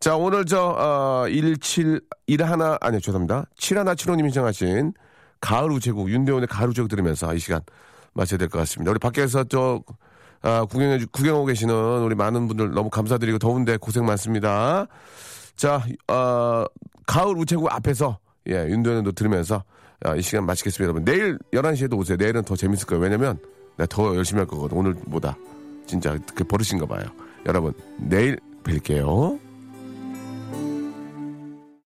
Speaker 1: 자, 오늘 저, 어, 17, 11, 아니요, 죄송합니다. 7175님이 신청하신 가을 우체국, 윤대원의 가을 우체국 들으면서 이 시간 마쳐야 될 것 같습니다. 우리 밖에서 저, 아, 구경해, 주- 구경하고 계시는 우리 많은 분들 너무 감사드리고 더운데 고생 많습니다. 자, 어, 가을 우체국 앞에서, 예, 윤도현도 들으면서, 아, 이 시간 마치겠습니다. 여러분, 내일 11시에도 오세요. 내일은 더 재밌을 거예요. 왜냐면, 내가 더 열심히 할 거거든. 오늘보다. 진짜, 그 버릇인가 봐요. 여러분, 내일 뵐게요.